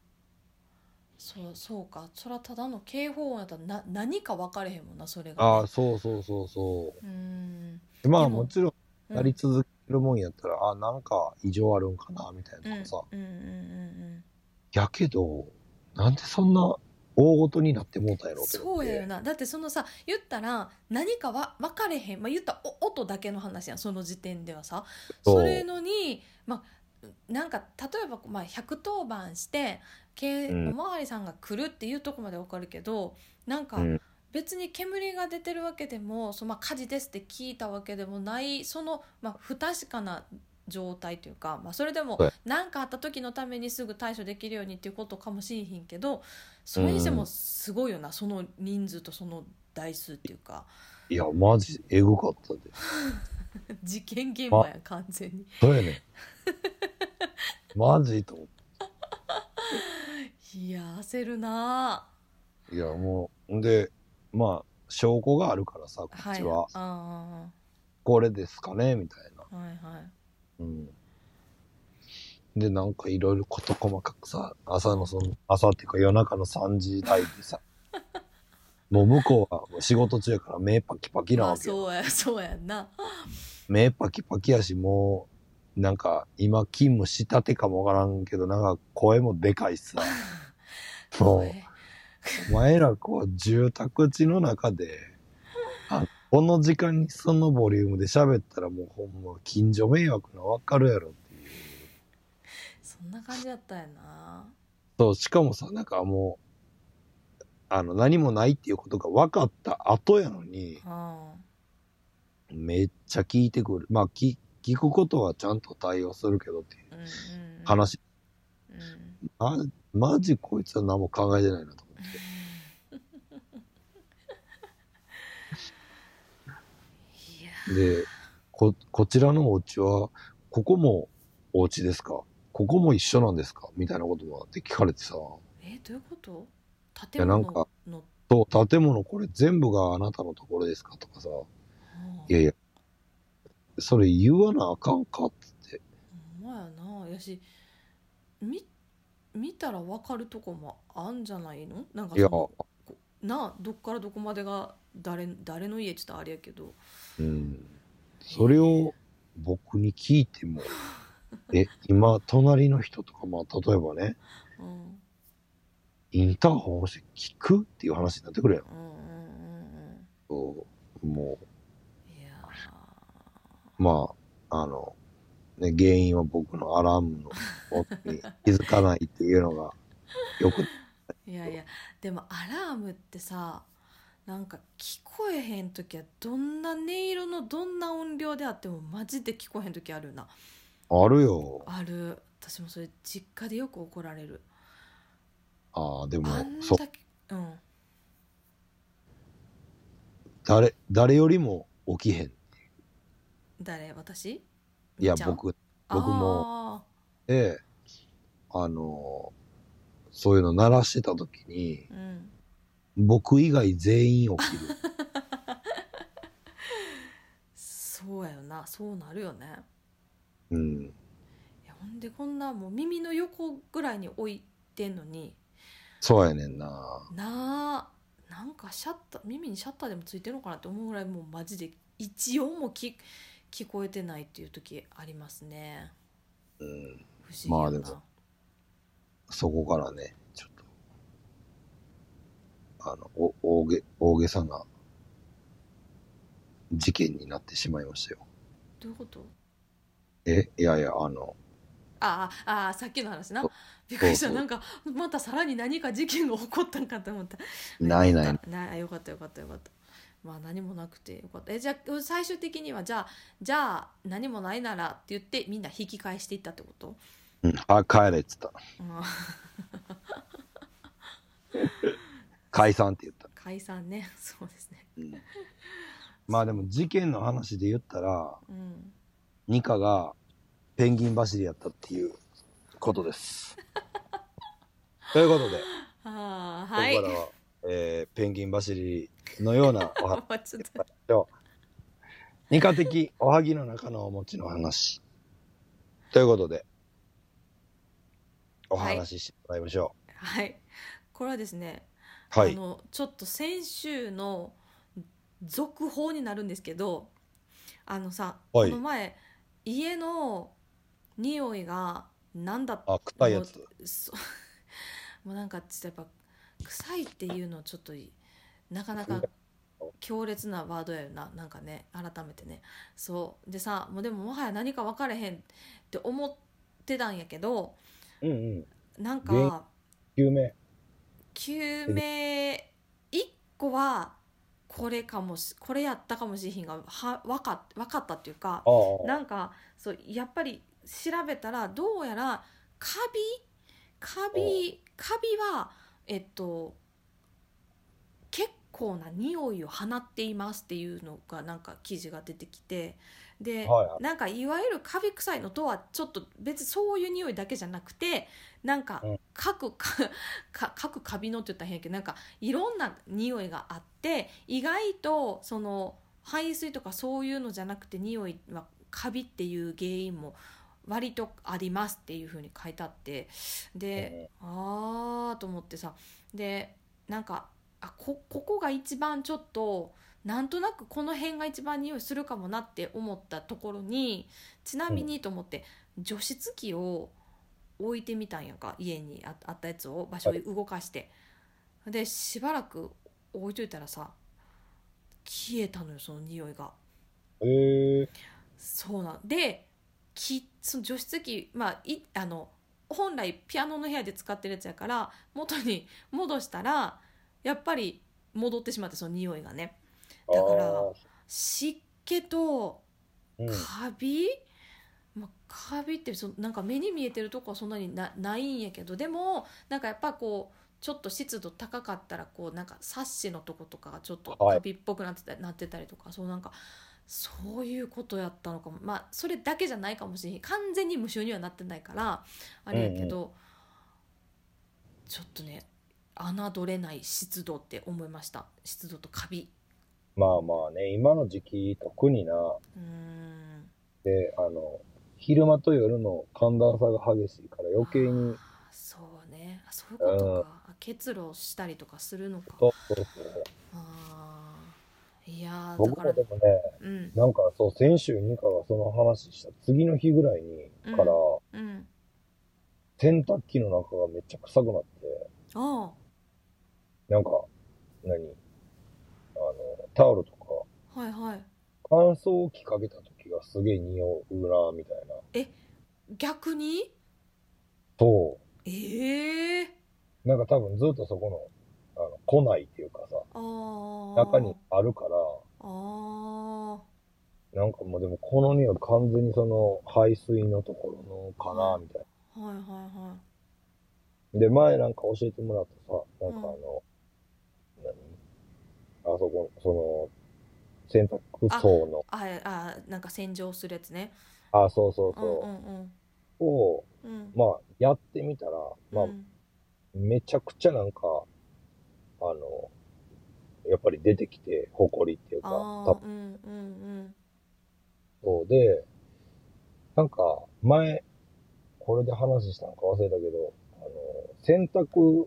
[SPEAKER 2] そうそうかそれはただの警報音やったらな何か分かれへんもんなそれが、
[SPEAKER 1] ああ、そうそうそうそう
[SPEAKER 2] ーん
[SPEAKER 1] う。まあ、
[SPEAKER 2] でも
[SPEAKER 1] もちろん、
[SPEAKER 2] うん
[SPEAKER 1] やり続けるもんやったら、あ、なんか異常あるんかな、みたいなとかさ。
[SPEAKER 2] うんうんうん
[SPEAKER 1] やけど、なんでそんな大ごとになってもうたんや
[SPEAKER 2] う
[SPEAKER 1] ろ
[SPEAKER 2] ん
[SPEAKER 1] って
[SPEAKER 2] そうやよなだってそのさ言ったら何かは分かれへん、まあ、言ったらお音だけの話やんその時点ではさ
[SPEAKER 1] そう
[SPEAKER 2] それのに、まあ、なんか例えば、まあ、110番して警
[SPEAKER 1] うん
[SPEAKER 2] おまわりさんが来るっていうとこまでわかるけどなんか、
[SPEAKER 1] うん
[SPEAKER 2] 別に煙が出てるわけでもその、まあ、火事ですって聞いたわけでもないその、まあ、不確かな状態というか、まあ、それでも
[SPEAKER 1] はい
[SPEAKER 2] 何かあった時のためにすぐ対処できるようにっていうことかもしれへんけどそれにしてもすごいよな、その人数とその台数っていうか
[SPEAKER 1] いや、マジ、えぐかったで。
[SPEAKER 2] 事件現場やん完全に。
[SPEAKER 1] そうやね ん。マジと思っ
[SPEAKER 2] いや焦るな
[SPEAKER 1] て。いや、もう、んで、まあ、証拠があるからさ、こっ
[SPEAKER 2] はい
[SPEAKER 1] ちは。
[SPEAKER 2] あ
[SPEAKER 1] これですかねみたいな。
[SPEAKER 2] ーはいはい
[SPEAKER 1] うん。で、なんかいろいろ事細かくさ、朝のその、朝っていうか夜中の3時台で さ、もう向こうはもう仕事中やから目パキパキな
[SPEAKER 2] まあ
[SPEAKER 1] わけよ。
[SPEAKER 2] そうやそうやんな
[SPEAKER 1] 目パキパキやし、もう、なんか今勤務したてかもわからんけど、なんか声もでかいし さ。もう、お前らこう住宅地の中で、あこの時間にそのボリュームで喋ったらもうほんま近所迷惑なわかるやろっていう。
[SPEAKER 2] そんな感じだったよな
[SPEAKER 1] そう、しかもさ、なんかもう、あの、何もないっていうことが分かった後やのに、
[SPEAKER 2] あ
[SPEAKER 1] めっちゃ聞いてくる。まあ、き聞くことはちゃんと対応するけどっていう
[SPEAKER 2] ーうんうん
[SPEAKER 1] 話。
[SPEAKER 2] うん
[SPEAKER 1] あマジこいつは何も考えてないなと思って。
[SPEAKER 2] いや
[SPEAKER 1] で、こ、こちらのお家は、ここもお家ですかここも一緒なんですかみたいなこともあって聞かれてさ、
[SPEAKER 2] えどういうこと
[SPEAKER 1] や
[SPEAKER 2] 建
[SPEAKER 1] な
[SPEAKER 2] 物
[SPEAKER 1] んか
[SPEAKER 2] の
[SPEAKER 1] そう、建物これ全部があなたのところですかとかさ、いやいや、それ言わなあかんかっつって。
[SPEAKER 2] ほんまやなやし見見たら分かるとこもあんじゃないのなんか
[SPEAKER 1] いや、
[SPEAKER 2] そのなあどっからどこまでが誰誰の家ちょっとあれやけど
[SPEAKER 1] うん。それを僕に聞いて も、え、今、隣の人とか、まあ、例えばね、
[SPEAKER 2] うんうん
[SPEAKER 1] インターホン押して聞くっていう話になってくるやん。
[SPEAKER 2] うんうん
[SPEAKER 1] そうも
[SPEAKER 2] うんいや
[SPEAKER 1] う、まあ、あの、ね、原因は僕のアラームの音に気づかないっていうの が、よく、
[SPEAKER 2] ーいやいやでもアラームってさなんか聞こえへん時はどんな音色のどんな音量であってもマジで聞こえへん時あるよな
[SPEAKER 1] あるよ。
[SPEAKER 2] ある私もそれ実家でよく怒られる
[SPEAKER 1] ああ、でも
[SPEAKER 2] あん、
[SPEAKER 1] そう、
[SPEAKER 2] だけうん
[SPEAKER 1] 誰、誰よりも起きへん。
[SPEAKER 2] 誰私
[SPEAKER 1] いや
[SPEAKER 2] みっち、ゃん
[SPEAKER 1] 僕、僕も、
[SPEAKER 2] あ
[SPEAKER 1] で、あの、そういうの鳴らしてた時に、
[SPEAKER 2] ーうん
[SPEAKER 1] 僕以外全員起きる。
[SPEAKER 2] そうやよなそうなるよね
[SPEAKER 1] うん。
[SPEAKER 2] いやほんでこんなもう耳の横ぐらいに置いてんのに
[SPEAKER 1] そうやねんな。
[SPEAKER 2] なあなんかシャッター耳にシャッターでもついてるのかなって思うぐらいもうマジで一音も聞聞こえてないっていう時ありますね
[SPEAKER 1] うん。
[SPEAKER 2] 不思議やな、
[SPEAKER 1] まあでもそこからね、ちょっと、あの、お大げ、大げさな事件になってしまいましたよ。
[SPEAKER 2] どういうこと
[SPEAKER 1] えいやいや、あの、
[SPEAKER 2] ああああさっきの話な
[SPEAKER 1] そう
[SPEAKER 2] びっくりした
[SPEAKER 1] そうそう
[SPEAKER 2] なんかまたさらに何か事件が起こったんかと思った
[SPEAKER 1] ないない。
[SPEAKER 2] ないあよかったよかったよかったまあ何もなくてよかったえじゃあ最終的にはじゃあじゃあ何もないならって言ってみんな引き返していったってこと、
[SPEAKER 1] うん、あ、帰れって言った。
[SPEAKER 2] うん、
[SPEAKER 1] 解散って言った。
[SPEAKER 2] 解散ね そうですね
[SPEAKER 1] うん、まあでも事件の話で言ったら、
[SPEAKER 2] うん
[SPEAKER 1] ニカがペンギン走りやったっていうことです。ということで。
[SPEAKER 2] ああ
[SPEAKER 1] ここ
[SPEAKER 2] はい
[SPEAKER 1] から は、えーペンギン走りのようなお話
[SPEAKER 2] ちょっと
[SPEAKER 1] と、二課的おはぎの中のお餅の話。ということで、お話ししてもらいましょ
[SPEAKER 2] はいこれはですね、
[SPEAKER 1] う。は
[SPEAKER 2] あ
[SPEAKER 1] い。
[SPEAKER 2] のちょっと先週の続報になるんですけどあのさ、
[SPEAKER 1] はい
[SPEAKER 2] この前家の匂いが何だっ
[SPEAKER 1] あ、臭いやつ。
[SPEAKER 2] そう もうなんかちょっとやっぱ臭いっていうのはちょっといなかなか強烈なワードやよななんかね改めてねそうでさもうでももはや何か分かれへんって思ってたんやけど
[SPEAKER 1] うんうん。
[SPEAKER 2] なん
[SPEAKER 1] 原因
[SPEAKER 2] か
[SPEAKER 1] 有名。
[SPEAKER 2] 救命1個はこれかもしこれやったかもしれひんがは分か分かったっていうか
[SPEAKER 1] あ
[SPEAKER 2] なんかそうやっぱり調べたらどうやらカビカビカビはえっと結構な匂いを放っていますっていうのがなんか記事が出てきてで、
[SPEAKER 1] はいは
[SPEAKER 2] なんかいわゆるカビ臭いのとはちょっと別にそういう匂いだけじゃなくてなんか
[SPEAKER 1] うん
[SPEAKER 2] 各か か各カビのって言ったら変やけどなんかいろんな匂いがあって意外とその排水とかそういうのじゃなくて匂いはカビっていう原因も割とありますっていうふうに書いてあってで、ああと思ってさでなんかあこここが一番ちょっとなんとなくこの辺が一番匂いするかもなって思ったところにちなみにと思って除湿機を置いてみたんやんか家にああったやつを場所を動かして、でしばらく置いといたらさ消えたのよその匂いが。
[SPEAKER 1] えー、
[SPEAKER 2] そうなんできその除湿機、まあ、いあの本来ピアノの部屋で使ってるやつやから元に戻したらやっぱり戻ってしまってその匂いがねだから
[SPEAKER 1] あ
[SPEAKER 2] 湿気と
[SPEAKER 1] ーうん、
[SPEAKER 2] カビ、まあ、カビってそのなんか目に見えてるとこはそんなになないんやけどでもなんかやっぱこうちょっと湿度高かったらこうなんかサッシのとことかがちょっと
[SPEAKER 1] はい
[SPEAKER 2] カビっぽくなってた,、なってたりとかそうなんかそういうことやったのかもまあそれだけじゃないかもしれない完全に無臭にはなってないからあれやけど、ちょっとね侮れない湿度って思いました湿度とカビ
[SPEAKER 1] まあまあね、今の時期特にな、
[SPEAKER 2] うーん
[SPEAKER 1] で、あの、昼間と夜の寒暖差が激しいから余計に、
[SPEAKER 2] あーそうねあそういうことか、あ結露したりとかするのか
[SPEAKER 1] そうそうそう
[SPEAKER 2] あーいやーだ
[SPEAKER 1] 僕
[SPEAKER 2] から
[SPEAKER 1] もでもね、
[SPEAKER 2] うん
[SPEAKER 1] なんかそう、先週ニカがその話した次の日ぐらいに、から、
[SPEAKER 2] うん
[SPEAKER 1] 洗濯機の中がめっちゃ臭くなって、
[SPEAKER 2] あ
[SPEAKER 1] なんか、何あの、タオルとか、
[SPEAKER 2] あはいはい
[SPEAKER 1] 乾燥機かけた時がすげえ匂うな、みたいな。
[SPEAKER 2] 逆に
[SPEAKER 1] と、
[SPEAKER 2] ええ
[SPEAKER 1] なんか多分ずっとそこの、あの、来ないっていうかさ、
[SPEAKER 2] あー
[SPEAKER 1] 中にあるから、
[SPEAKER 2] あー
[SPEAKER 1] なんかもうでもこの匂い完全にその排水のところのかな、みたい
[SPEAKER 2] はいはいは
[SPEAKER 1] な。で、前なんか教えてもらったさ、なんかあ
[SPEAKER 2] う
[SPEAKER 1] の、何あそこ、その、洗濯槽の、
[SPEAKER 2] いああなんか洗浄するやつね
[SPEAKER 1] あそうそう
[SPEAKER 2] うんう
[SPEAKER 1] そ
[SPEAKER 2] んうん
[SPEAKER 1] う、を、
[SPEAKER 2] うん
[SPEAKER 1] まあ、やってみたら、まあ
[SPEAKER 2] う、ん
[SPEAKER 1] めちゃくちゃなんか、あの、やっぱり出てきて、埃っていうか、
[SPEAKER 2] あ
[SPEAKER 1] タ
[SPEAKER 2] あうんうんうん
[SPEAKER 1] そうで、なんか、前、これで話したのか忘れたけど、あの、洗濯、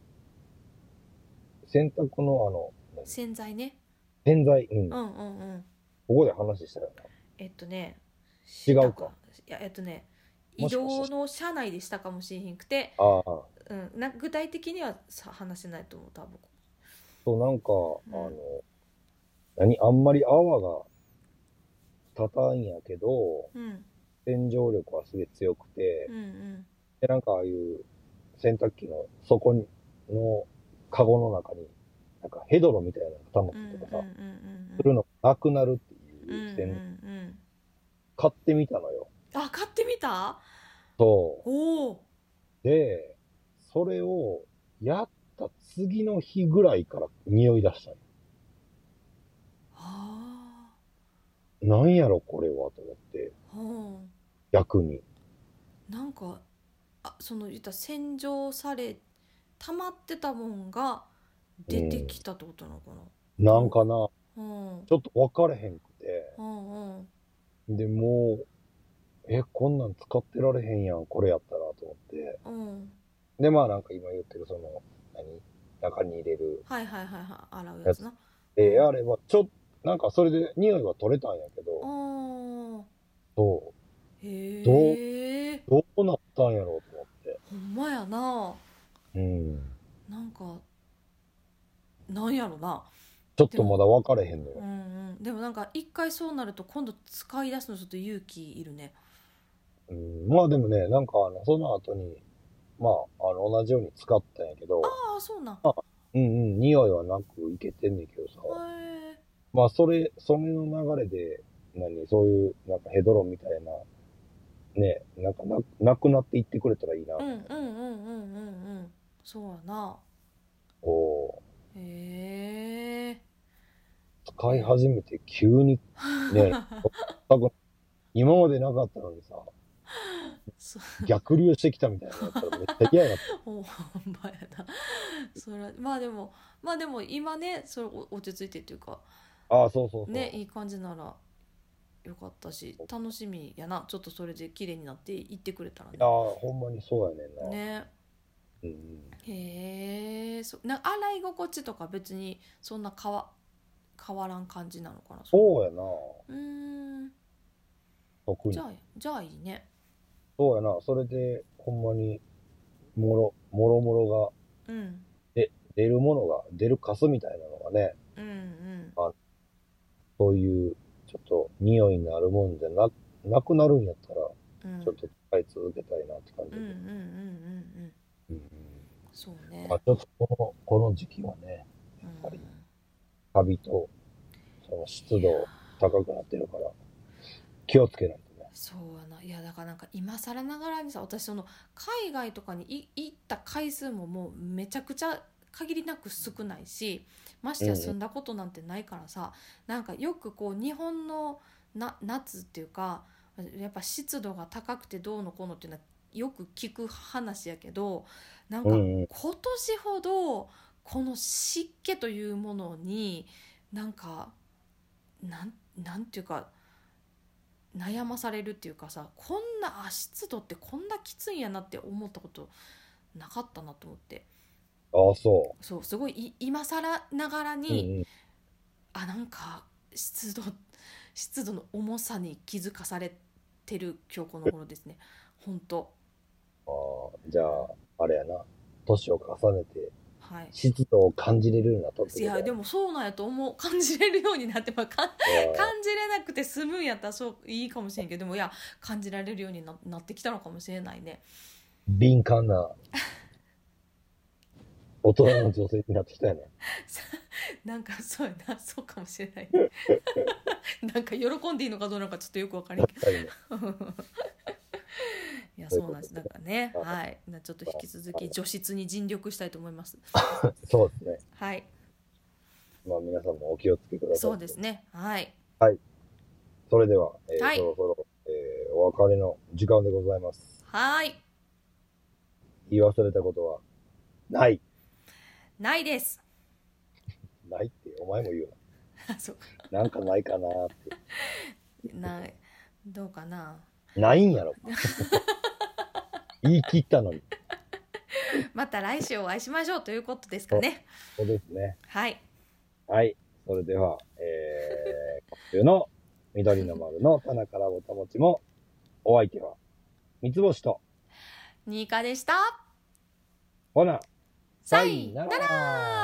[SPEAKER 1] 洗濯のあの、何
[SPEAKER 2] 洗剤ね
[SPEAKER 1] 洗剤、うん、
[SPEAKER 2] う
[SPEAKER 1] こ
[SPEAKER 2] んうんうん
[SPEAKER 1] こで話したよな。
[SPEAKER 2] えっとね
[SPEAKER 1] 違うか
[SPEAKER 2] したいやえっとね移
[SPEAKER 1] もしかして
[SPEAKER 2] 動の車内でしたかもしれへんくて
[SPEAKER 1] ああ、
[SPEAKER 2] うん、な具体的にはさ話せないと思う多分
[SPEAKER 1] そう、なんか、
[SPEAKER 2] ん
[SPEAKER 1] あの、何、あんまり泡が立たんやけど、
[SPEAKER 2] うん
[SPEAKER 1] 洗浄力はすげえ強くて、
[SPEAKER 2] うんうん
[SPEAKER 1] で、なんかああいう洗濯機の底に、の、カゴの中に、なんかヘドロみたいなのが溜ま
[SPEAKER 2] うんうん
[SPEAKER 1] ってて
[SPEAKER 2] うん
[SPEAKER 1] さ、
[SPEAKER 2] うん
[SPEAKER 1] するのがなくなるって
[SPEAKER 2] うん
[SPEAKER 1] いう
[SPEAKER 2] うんう
[SPEAKER 1] 洗
[SPEAKER 2] ん
[SPEAKER 1] 買ってみたのよ。
[SPEAKER 2] あ買ってみた
[SPEAKER 1] そ
[SPEAKER 2] おお
[SPEAKER 1] う。で、それをやった次の日ぐらいから匂い出した
[SPEAKER 2] あ
[SPEAKER 1] の。なんやろこれはと思って、
[SPEAKER 2] あうん
[SPEAKER 1] 逆に。
[SPEAKER 2] なんかあその言ったら洗浄され溜まってたもんが出てきたってことなのか
[SPEAKER 1] なんかな、
[SPEAKER 2] なうんうん
[SPEAKER 1] ちょっと分かれへんくて。
[SPEAKER 2] うんうん
[SPEAKER 1] で、もう、え、こんなん使ってられへんやん、これやったらと思って。
[SPEAKER 2] うん
[SPEAKER 1] で、まあなんか今言ってるその、何中に入れる
[SPEAKER 2] はいはいはいはい洗うやつな
[SPEAKER 1] であれば、ちょっと、なんかそれで匂いは取れたんやけ
[SPEAKER 2] あ
[SPEAKER 1] ど、
[SPEAKER 2] ー
[SPEAKER 1] そ
[SPEAKER 2] へえ
[SPEAKER 1] う、どうなったんやろうと思って。
[SPEAKER 2] ほんまやな
[SPEAKER 1] うん。
[SPEAKER 2] なんかなんやろな、
[SPEAKER 1] ちょっとまだ分かれへんの
[SPEAKER 2] う
[SPEAKER 1] よ。
[SPEAKER 2] んうん、でもなんか一回そうなると今度使い出すのちょっと勇気いるね
[SPEAKER 1] うん、まあでもね、なんかあの、その後に、まあ、あの、同じように使ったんやけど、
[SPEAKER 2] ああそうなんへ
[SPEAKER 1] うんうん、匂いはなくいけてんねんけどさ、
[SPEAKER 2] え
[SPEAKER 1] まあ、それ、それの流れで、何、そういう、なんかヘドロンみたいな、ね、なんかな、なくなっていってくれたらいいな、
[SPEAKER 2] うんうんうんうんうんうんそうやな
[SPEAKER 1] こ
[SPEAKER 2] へえ
[SPEAKER 1] う、使い始めて急に、 ね、多分、今までなかったのにさ、
[SPEAKER 2] そ
[SPEAKER 1] 逆流してきたみたいなのだったらめっちゃ嫌やなって。
[SPEAKER 2] ほんまやなそらまあでもまあでも今ねそれお落ち着いてっていうか
[SPEAKER 1] ああ、そうそうそう。
[SPEAKER 2] ねいい感じならよかったし楽しみやなちょっとそれで綺麗になっていってくれたらね
[SPEAKER 1] いやーほんまにそうやねんな。
[SPEAKER 2] ね
[SPEAKER 1] うんうん
[SPEAKER 2] へえそな洗い心地とか別にそんな変わ変わらん感じなのかなう
[SPEAKER 1] そうやな。
[SPEAKER 2] うーん
[SPEAKER 1] 特に
[SPEAKER 2] じゃ。あじゃあいいね
[SPEAKER 1] そうやな。それで、ほんまに、もろ、もろもろ
[SPEAKER 2] うん
[SPEAKER 1] が、出るものが、出るカスみたいなのがね、
[SPEAKER 2] うんうん
[SPEAKER 1] そういう、ちょっと、匂いになるもんじゃな、なくなるんやったら、ち
[SPEAKER 2] うん
[SPEAKER 1] ょっと使い続けたいなって感じ
[SPEAKER 2] う
[SPEAKER 1] で。
[SPEAKER 2] んうんうんうんうん
[SPEAKER 1] うん
[SPEAKER 2] そう
[SPEAKER 1] う
[SPEAKER 2] ね
[SPEAKER 1] んまあ、ちょっとこの、この時期はね、ぱりカビと、その湿
[SPEAKER 2] いや
[SPEAKER 1] 度高くなってるから、気をつけないとね。
[SPEAKER 2] そうやないやだからなんか今更ながらにさ私その海外とかにい行った回数ももうめちゃくちゃ限りなく少ないしましてや
[SPEAKER 1] うん
[SPEAKER 2] 住んだことなんてないからさ、なんかよくこう日本のな夏っていうかやっぱ湿度が高くてどうのこうのっていうのはよく聞く話やけどなんか
[SPEAKER 1] うんうん。
[SPEAKER 2] 今年ほどこの湿気というものになんかなんなんていうか悩まされるっていうかさこんなあ湿度ってこんなきついんやなって思ったことなかったなと思って
[SPEAKER 1] ああ、そ
[SPEAKER 2] そうすごいい今更ながら
[SPEAKER 1] う。うん
[SPEAKER 2] に、
[SPEAKER 1] うん。
[SPEAKER 2] あなんか湿度湿度の重さに気づかされてる今日この頃ですね本当
[SPEAKER 1] ああ、じゃあ、あれやな。年を重ねて、
[SPEAKER 2] はい。
[SPEAKER 1] 湿度を感じれるようになったってこと
[SPEAKER 2] い
[SPEAKER 1] だよ
[SPEAKER 2] やでもそうなんやと思う感じれるようになってまあかん感じれなくて済むんやったらそういいかもしれんけどでもいや感じられるようにななってきたのかもしれないね
[SPEAKER 1] 敏感な大人の女性になってきたよね。
[SPEAKER 2] なんかそうやなそうかもしれない ねなんか喜んでいいのかどうなのかちょっとよくわかりんけ
[SPEAKER 1] 確か にね。
[SPEAKER 2] どいや
[SPEAKER 1] そうい
[SPEAKER 2] そう
[SPEAKER 1] こと
[SPEAKER 2] うなんですなんかねはいなちょっと引き続き除湿に尽力したいと思います
[SPEAKER 1] そうですね。
[SPEAKER 2] はい
[SPEAKER 1] まあ皆さんもお気をつけください。
[SPEAKER 2] そうです。ねはい
[SPEAKER 1] それでは、えー
[SPEAKER 2] はい
[SPEAKER 1] そろそろ、えーお別れの時間でございます。
[SPEAKER 2] はい
[SPEAKER 1] 言い忘れたことは、ない。
[SPEAKER 2] ないです
[SPEAKER 1] ないって、お前も言う
[SPEAKER 2] あそう
[SPEAKER 1] な。なんかないかなーって。
[SPEAKER 2] ないどうかな
[SPEAKER 1] ないんや ろ。言い切ったのに。
[SPEAKER 2] また来週お会いしましょうということですかね
[SPEAKER 1] そうですね。
[SPEAKER 2] はい
[SPEAKER 1] はい。それでは、えー、今週の緑の丸の棚からぼたもちも、お相手は、三つ星と、
[SPEAKER 2] ニーカでした
[SPEAKER 1] ほな、
[SPEAKER 2] さいな
[SPEAKER 1] ら